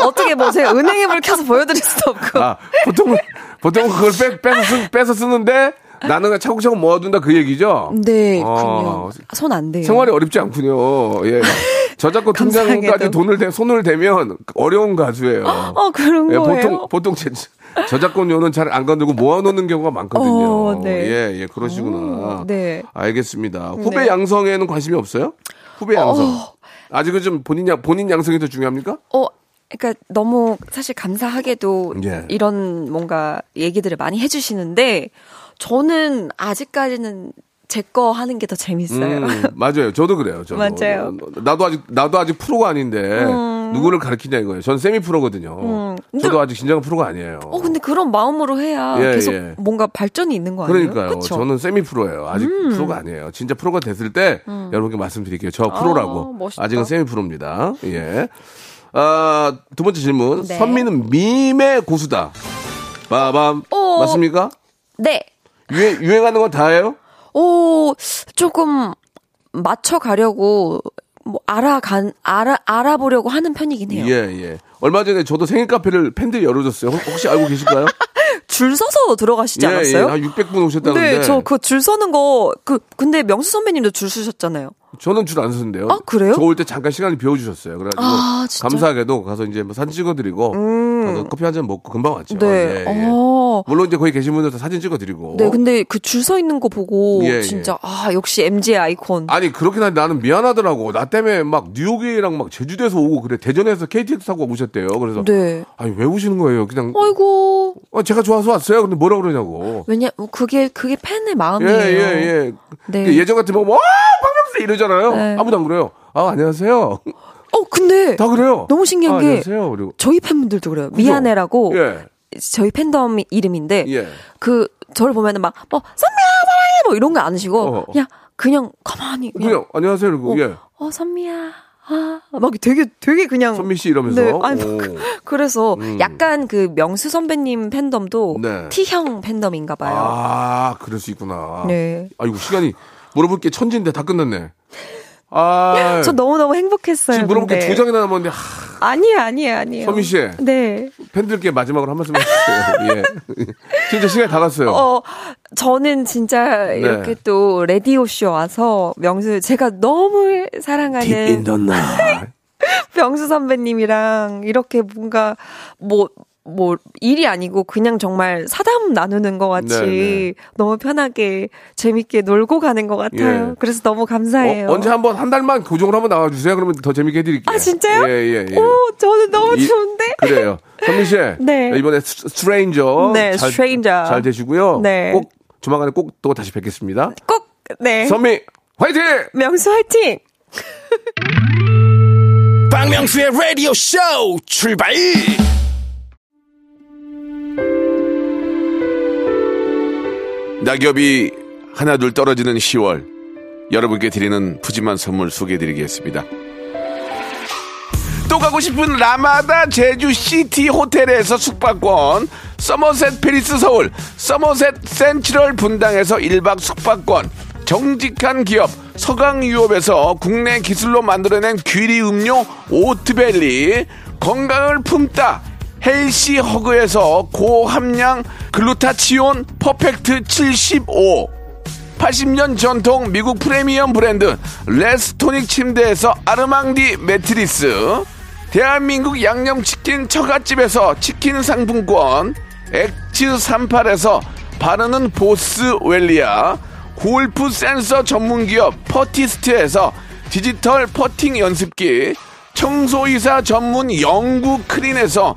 S6: 어떻게 뭐, 제가 은행 앱을 켜서 보여드릴 수도 없고.
S1: 아, 보통은 보통 은 그걸 빼, 빼서 쓰, 빼서 쓰는데 나는 그냥 차곡차곡 모아둔다 그 얘기죠.
S6: 네,
S1: 아,
S6: 그냥. 손안 돼요.
S1: 생활이 어렵지 않군요. 예. 저작권
S6: 감사하게도.
S1: 통장까지 돈을 대, 손을 대면 어려운 가수예요.
S6: 어, 그런
S1: 예,
S6: 거예요?
S1: 보통 보통 제, 저작권료는 잘 안 건들고 모아놓는 경우가 많거든요.
S6: 어, 네.
S1: 예, 예, 그러시구나.
S6: 오, 네.
S1: 알겠습니다. 후배
S6: 네.
S1: 양성에는 관심이 없어요? 후배 양성. 아직은 좀 본인 양 본인 양성이 더 중요합니까?
S6: 어, 그러니까 너무 사실 감사하게도
S1: 예.
S6: 이런 뭔가 얘기들을 많이 해주시는데 저는 아직까지는 제 거 하는 게 더 재밌어요.
S1: 음, 맞아요. 저도 그래요. 저도.
S6: 맞아요. 음.
S1: 나도 아직 나도 아직 프로가 아닌데 누구를 가르치냐 이거예요. 전 세미 프로거든요.
S6: 근데-
S1: 저도 아직 진정한 프로가 아니에요.
S6: 어, 근데 그런 마음으로 해야
S1: 예,
S6: 계속
S1: 예.
S6: 뭔가 발전이 있는 거 아니에요?
S1: 그러니까요.
S6: 그쵸? 음.
S1: 저는 세미 프로예요. 아직 프로가 아니에요. 진짜 프로가 됐을 때 여러분께 말씀드릴게요. 저 프로라고.
S6: 멋있다.
S1: 아, 직은 세미 프로입니다. 예. 아, 두 번째 질문.
S6: 네.
S1: 선미는 밈의 고수다. 빠밤.
S6: 오.
S1: 맞습니까?
S6: 네.
S1: 유행, 유행하는 건 다예요?
S6: 오, 조금 맞춰 가려고 뭐 알아간 알아 알아보려고 하는 편이긴 해요.
S1: 예, 예. 얼마 전에 저도 생일 카페를 팬들이 열어줬어요. 혹- 혹시 알고 계실까요?
S6: 줄 서서 들어가시지 않았어요?
S1: 예, 예. 한 600분 오셨다는데.
S6: 네, 저 그 줄 서는 거 그 근데 명수 선배님도 줄 서셨잖아요.
S1: 저는 줄 안 쓰는데요.
S6: 아, 그래요?
S1: 저 올 때 잠깐 시간을 비워주셨어요. 그래가지고
S6: 아, 진짜? 음.
S1: 감사하게도 가서 이제 뭐 사진 찍어드리고 가서 커피 한 잔 먹고 금방 왔죠.
S6: 네.
S1: 예, 예.
S6: 어.
S1: 물론 이제 거기 계신 분들 다 사진 찍어드리고.
S6: 네, 근데 그 줄 서 있는 거 보고
S1: 예, 예.
S6: 진짜 아 역시 MG 아이콘.
S1: 아니 그렇긴 한데 나는 미안하더라고. 나 때문에 막 뉴욕이랑 막 제주도에서 오고 그래. 대전에서 KTX 타고 오셨대요. 그래서
S6: 네.
S1: 아니 왜 오시는 거예요? 그냥
S6: 아이고
S1: 어, 제가 좋아서 왔어요. 근데 뭐라 그러냐고.
S6: 왜냐 뭐 그게 그게 팬의
S1: 예,
S6: 마음이에요.
S1: 예, 예.
S6: 어, 네.
S1: 그 예전 같으면 와, 박명수 이러잖아요.
S6: 네.
S1: 아무도 안 그래요. 아, 안녕하세요.
S6: 어 근데
S1: 다 그래요.
S6: 너무 신기한
S1: 아,
S6: 게 어,
S1: 안녕하세요. 그리고
S6: 저희 팬분들도 그래요. 미안해라고
S1: 예.
S6: 저희 팬덤 이름인데
S1: 예.
S6: 그 저를 보면은 막 뭐 선미야 사랑해 뭐 이런 거 안 하시고
S1: 어.
S6: 그냥 그냥 가만히 그냥,
S1: 그냥 안녕하세요. 그리고
S6: 어,
S1: 예.
S6: 어 선미야 아막 되게 되게 그냥
S1: 선미 씨 이러면서.
S6: 네, 아니, 뭐
S1: 오. 음.
S6: 그래서 약간 그 명수 선배님 팬덤도
S1: 네.
S6: T형 팬덤인가 봐요.
S1: 아, 그럴 수 있구나.
S6: 네.
S1: 아이고 시간이 물어볼 게 천지인데 다 끝났네. 아.
S6: 저 너무너무 행복했어요.
S1: 지금 물어볼 게
S6: 근데.
S1: 두 장이나 남았는데 하,
S6: 아니에요, 아니에요, 아니에요.
S1: 선미 씨.
S6: 네.
S1: 팬들께 마지막으로 한 말씀 해주세요. 예. 진짜 시간이 다 갔어요.
S6: 어, 저는 진짜
S1: 네.
S6: 이렇게 또 라디오쇼 와서 명수, 제가 너무 사랑하는 명수 선배님이랑 이렇게 뭔가 뭐, 뭐, 일이 아니고 그냥 정말 사담 나누는 것 같이
S1: 네, 네.
S6: 너무 편하게 재밌게 놀고 가는 것 같아요.
S1: 예.
S6: 그래서 너무 감사해요.
S1: 어, 언제 한번 한 달만 고정으로 한번 나와주세요. 그러면 더 재밌게 해드릴게요.
S6: 아, 진짜요?
S1: 예, 예, 예.
S6: 오, 저는 너무
S1: 이-
S6: 좋은데?
S1: 그래요. 선민 씨.
S6: 네.
S1: 이번에 스- 스트레인저.
S6: 네, 스트레인저.
S1: 잘 되시고요.
S6: 네.
S1: 꼭 조만간에 꼭 또 다시 뵙겠습니다.
S6: 꼭, 네.
S1: 선미 화이팅!
S6: 명수 화이팅!
S5: 박명수의 라디오 쇼 출발
S1: 낙엽이 하나둘 떨어지는 10월 여러분께 드리는 푸짐한 선물 소개해드리겠습니다. 또 가고 싶은 라마다 제주 시티 호텔에서 숙박권, 서머셋 페리스 서울, 서머셋 센트럴 분당에서 1박 숙박권, 정직한 기업 서강유업에서 국내 기술로 만들어낸 귀리 음료 오트벨리, 건강을 품다 헬시 허그에서 고함량 글루타치온 퍼펙트 75, 80년 전통 미국 프리미엄 브랜드 레스토닉 침대에서 아르망디 매트리스 대한민국 양념치킨 처갓집에서 치킨 상품권 엑츠38에서 바르는 보스웰리아 골프 센서 전문기업 퍼티스트에서 디지털 퍼팅 연습기 청소이사 전문 영구 크린에서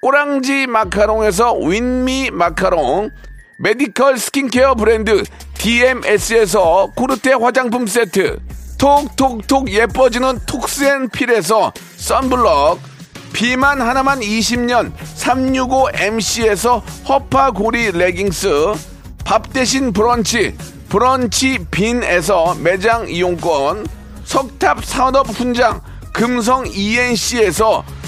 S1: 꼬랑지 마카롱에서 윈미 마카롱, 메디컬 스킨케어 브랜드 DMS에서 코르테 화장품 세트 톡톡톡 예뻐지는 톡스앤필에서 썬블럭 비만 하나만 20년 365MC에서 허파고리 레깅스 밥 대신 브런치 브런치 빈에서 매장 이용권 석탑 산업 훈장 금성 ENC에서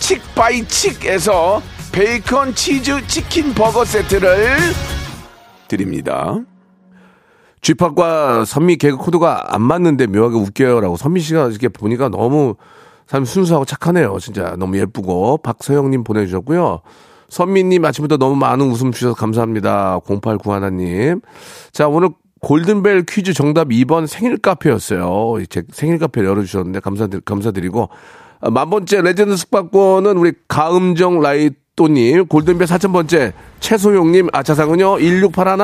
S1: 칙바이칙에서 베이컨 치즈 치킨 버거 세트를 드립니다. 쥐팍과 선미 개그 코드가 안 맞는데 묘하게 웃겨요라고 선미 씨가 이렇게 보니까 너무 참 순수하고 착하네요. 진짜 너무 예쁘고 박서영님 보내주셨고요. 선미님 아침부터 너무 많은 웃음 주셔서 감사합니다. 0891님. 자 오늘 골든벨 퀴즈 정답 2번 생일 카페였어요. 제 생일 카페 열어주셨는데 감사드, 감사드리고 아, 만 번째 레전드 숙박권은 우리 가음정 라이또님, 골든벨 4천 번째 최소용님, 아, 자상은요, 1681,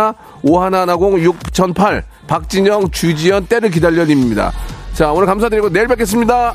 S1: 5110, 6008, 박진영, 주지연, 때를 기다려님입니다. 자, 오늘 감사드리고 내일 뵙겠습니다.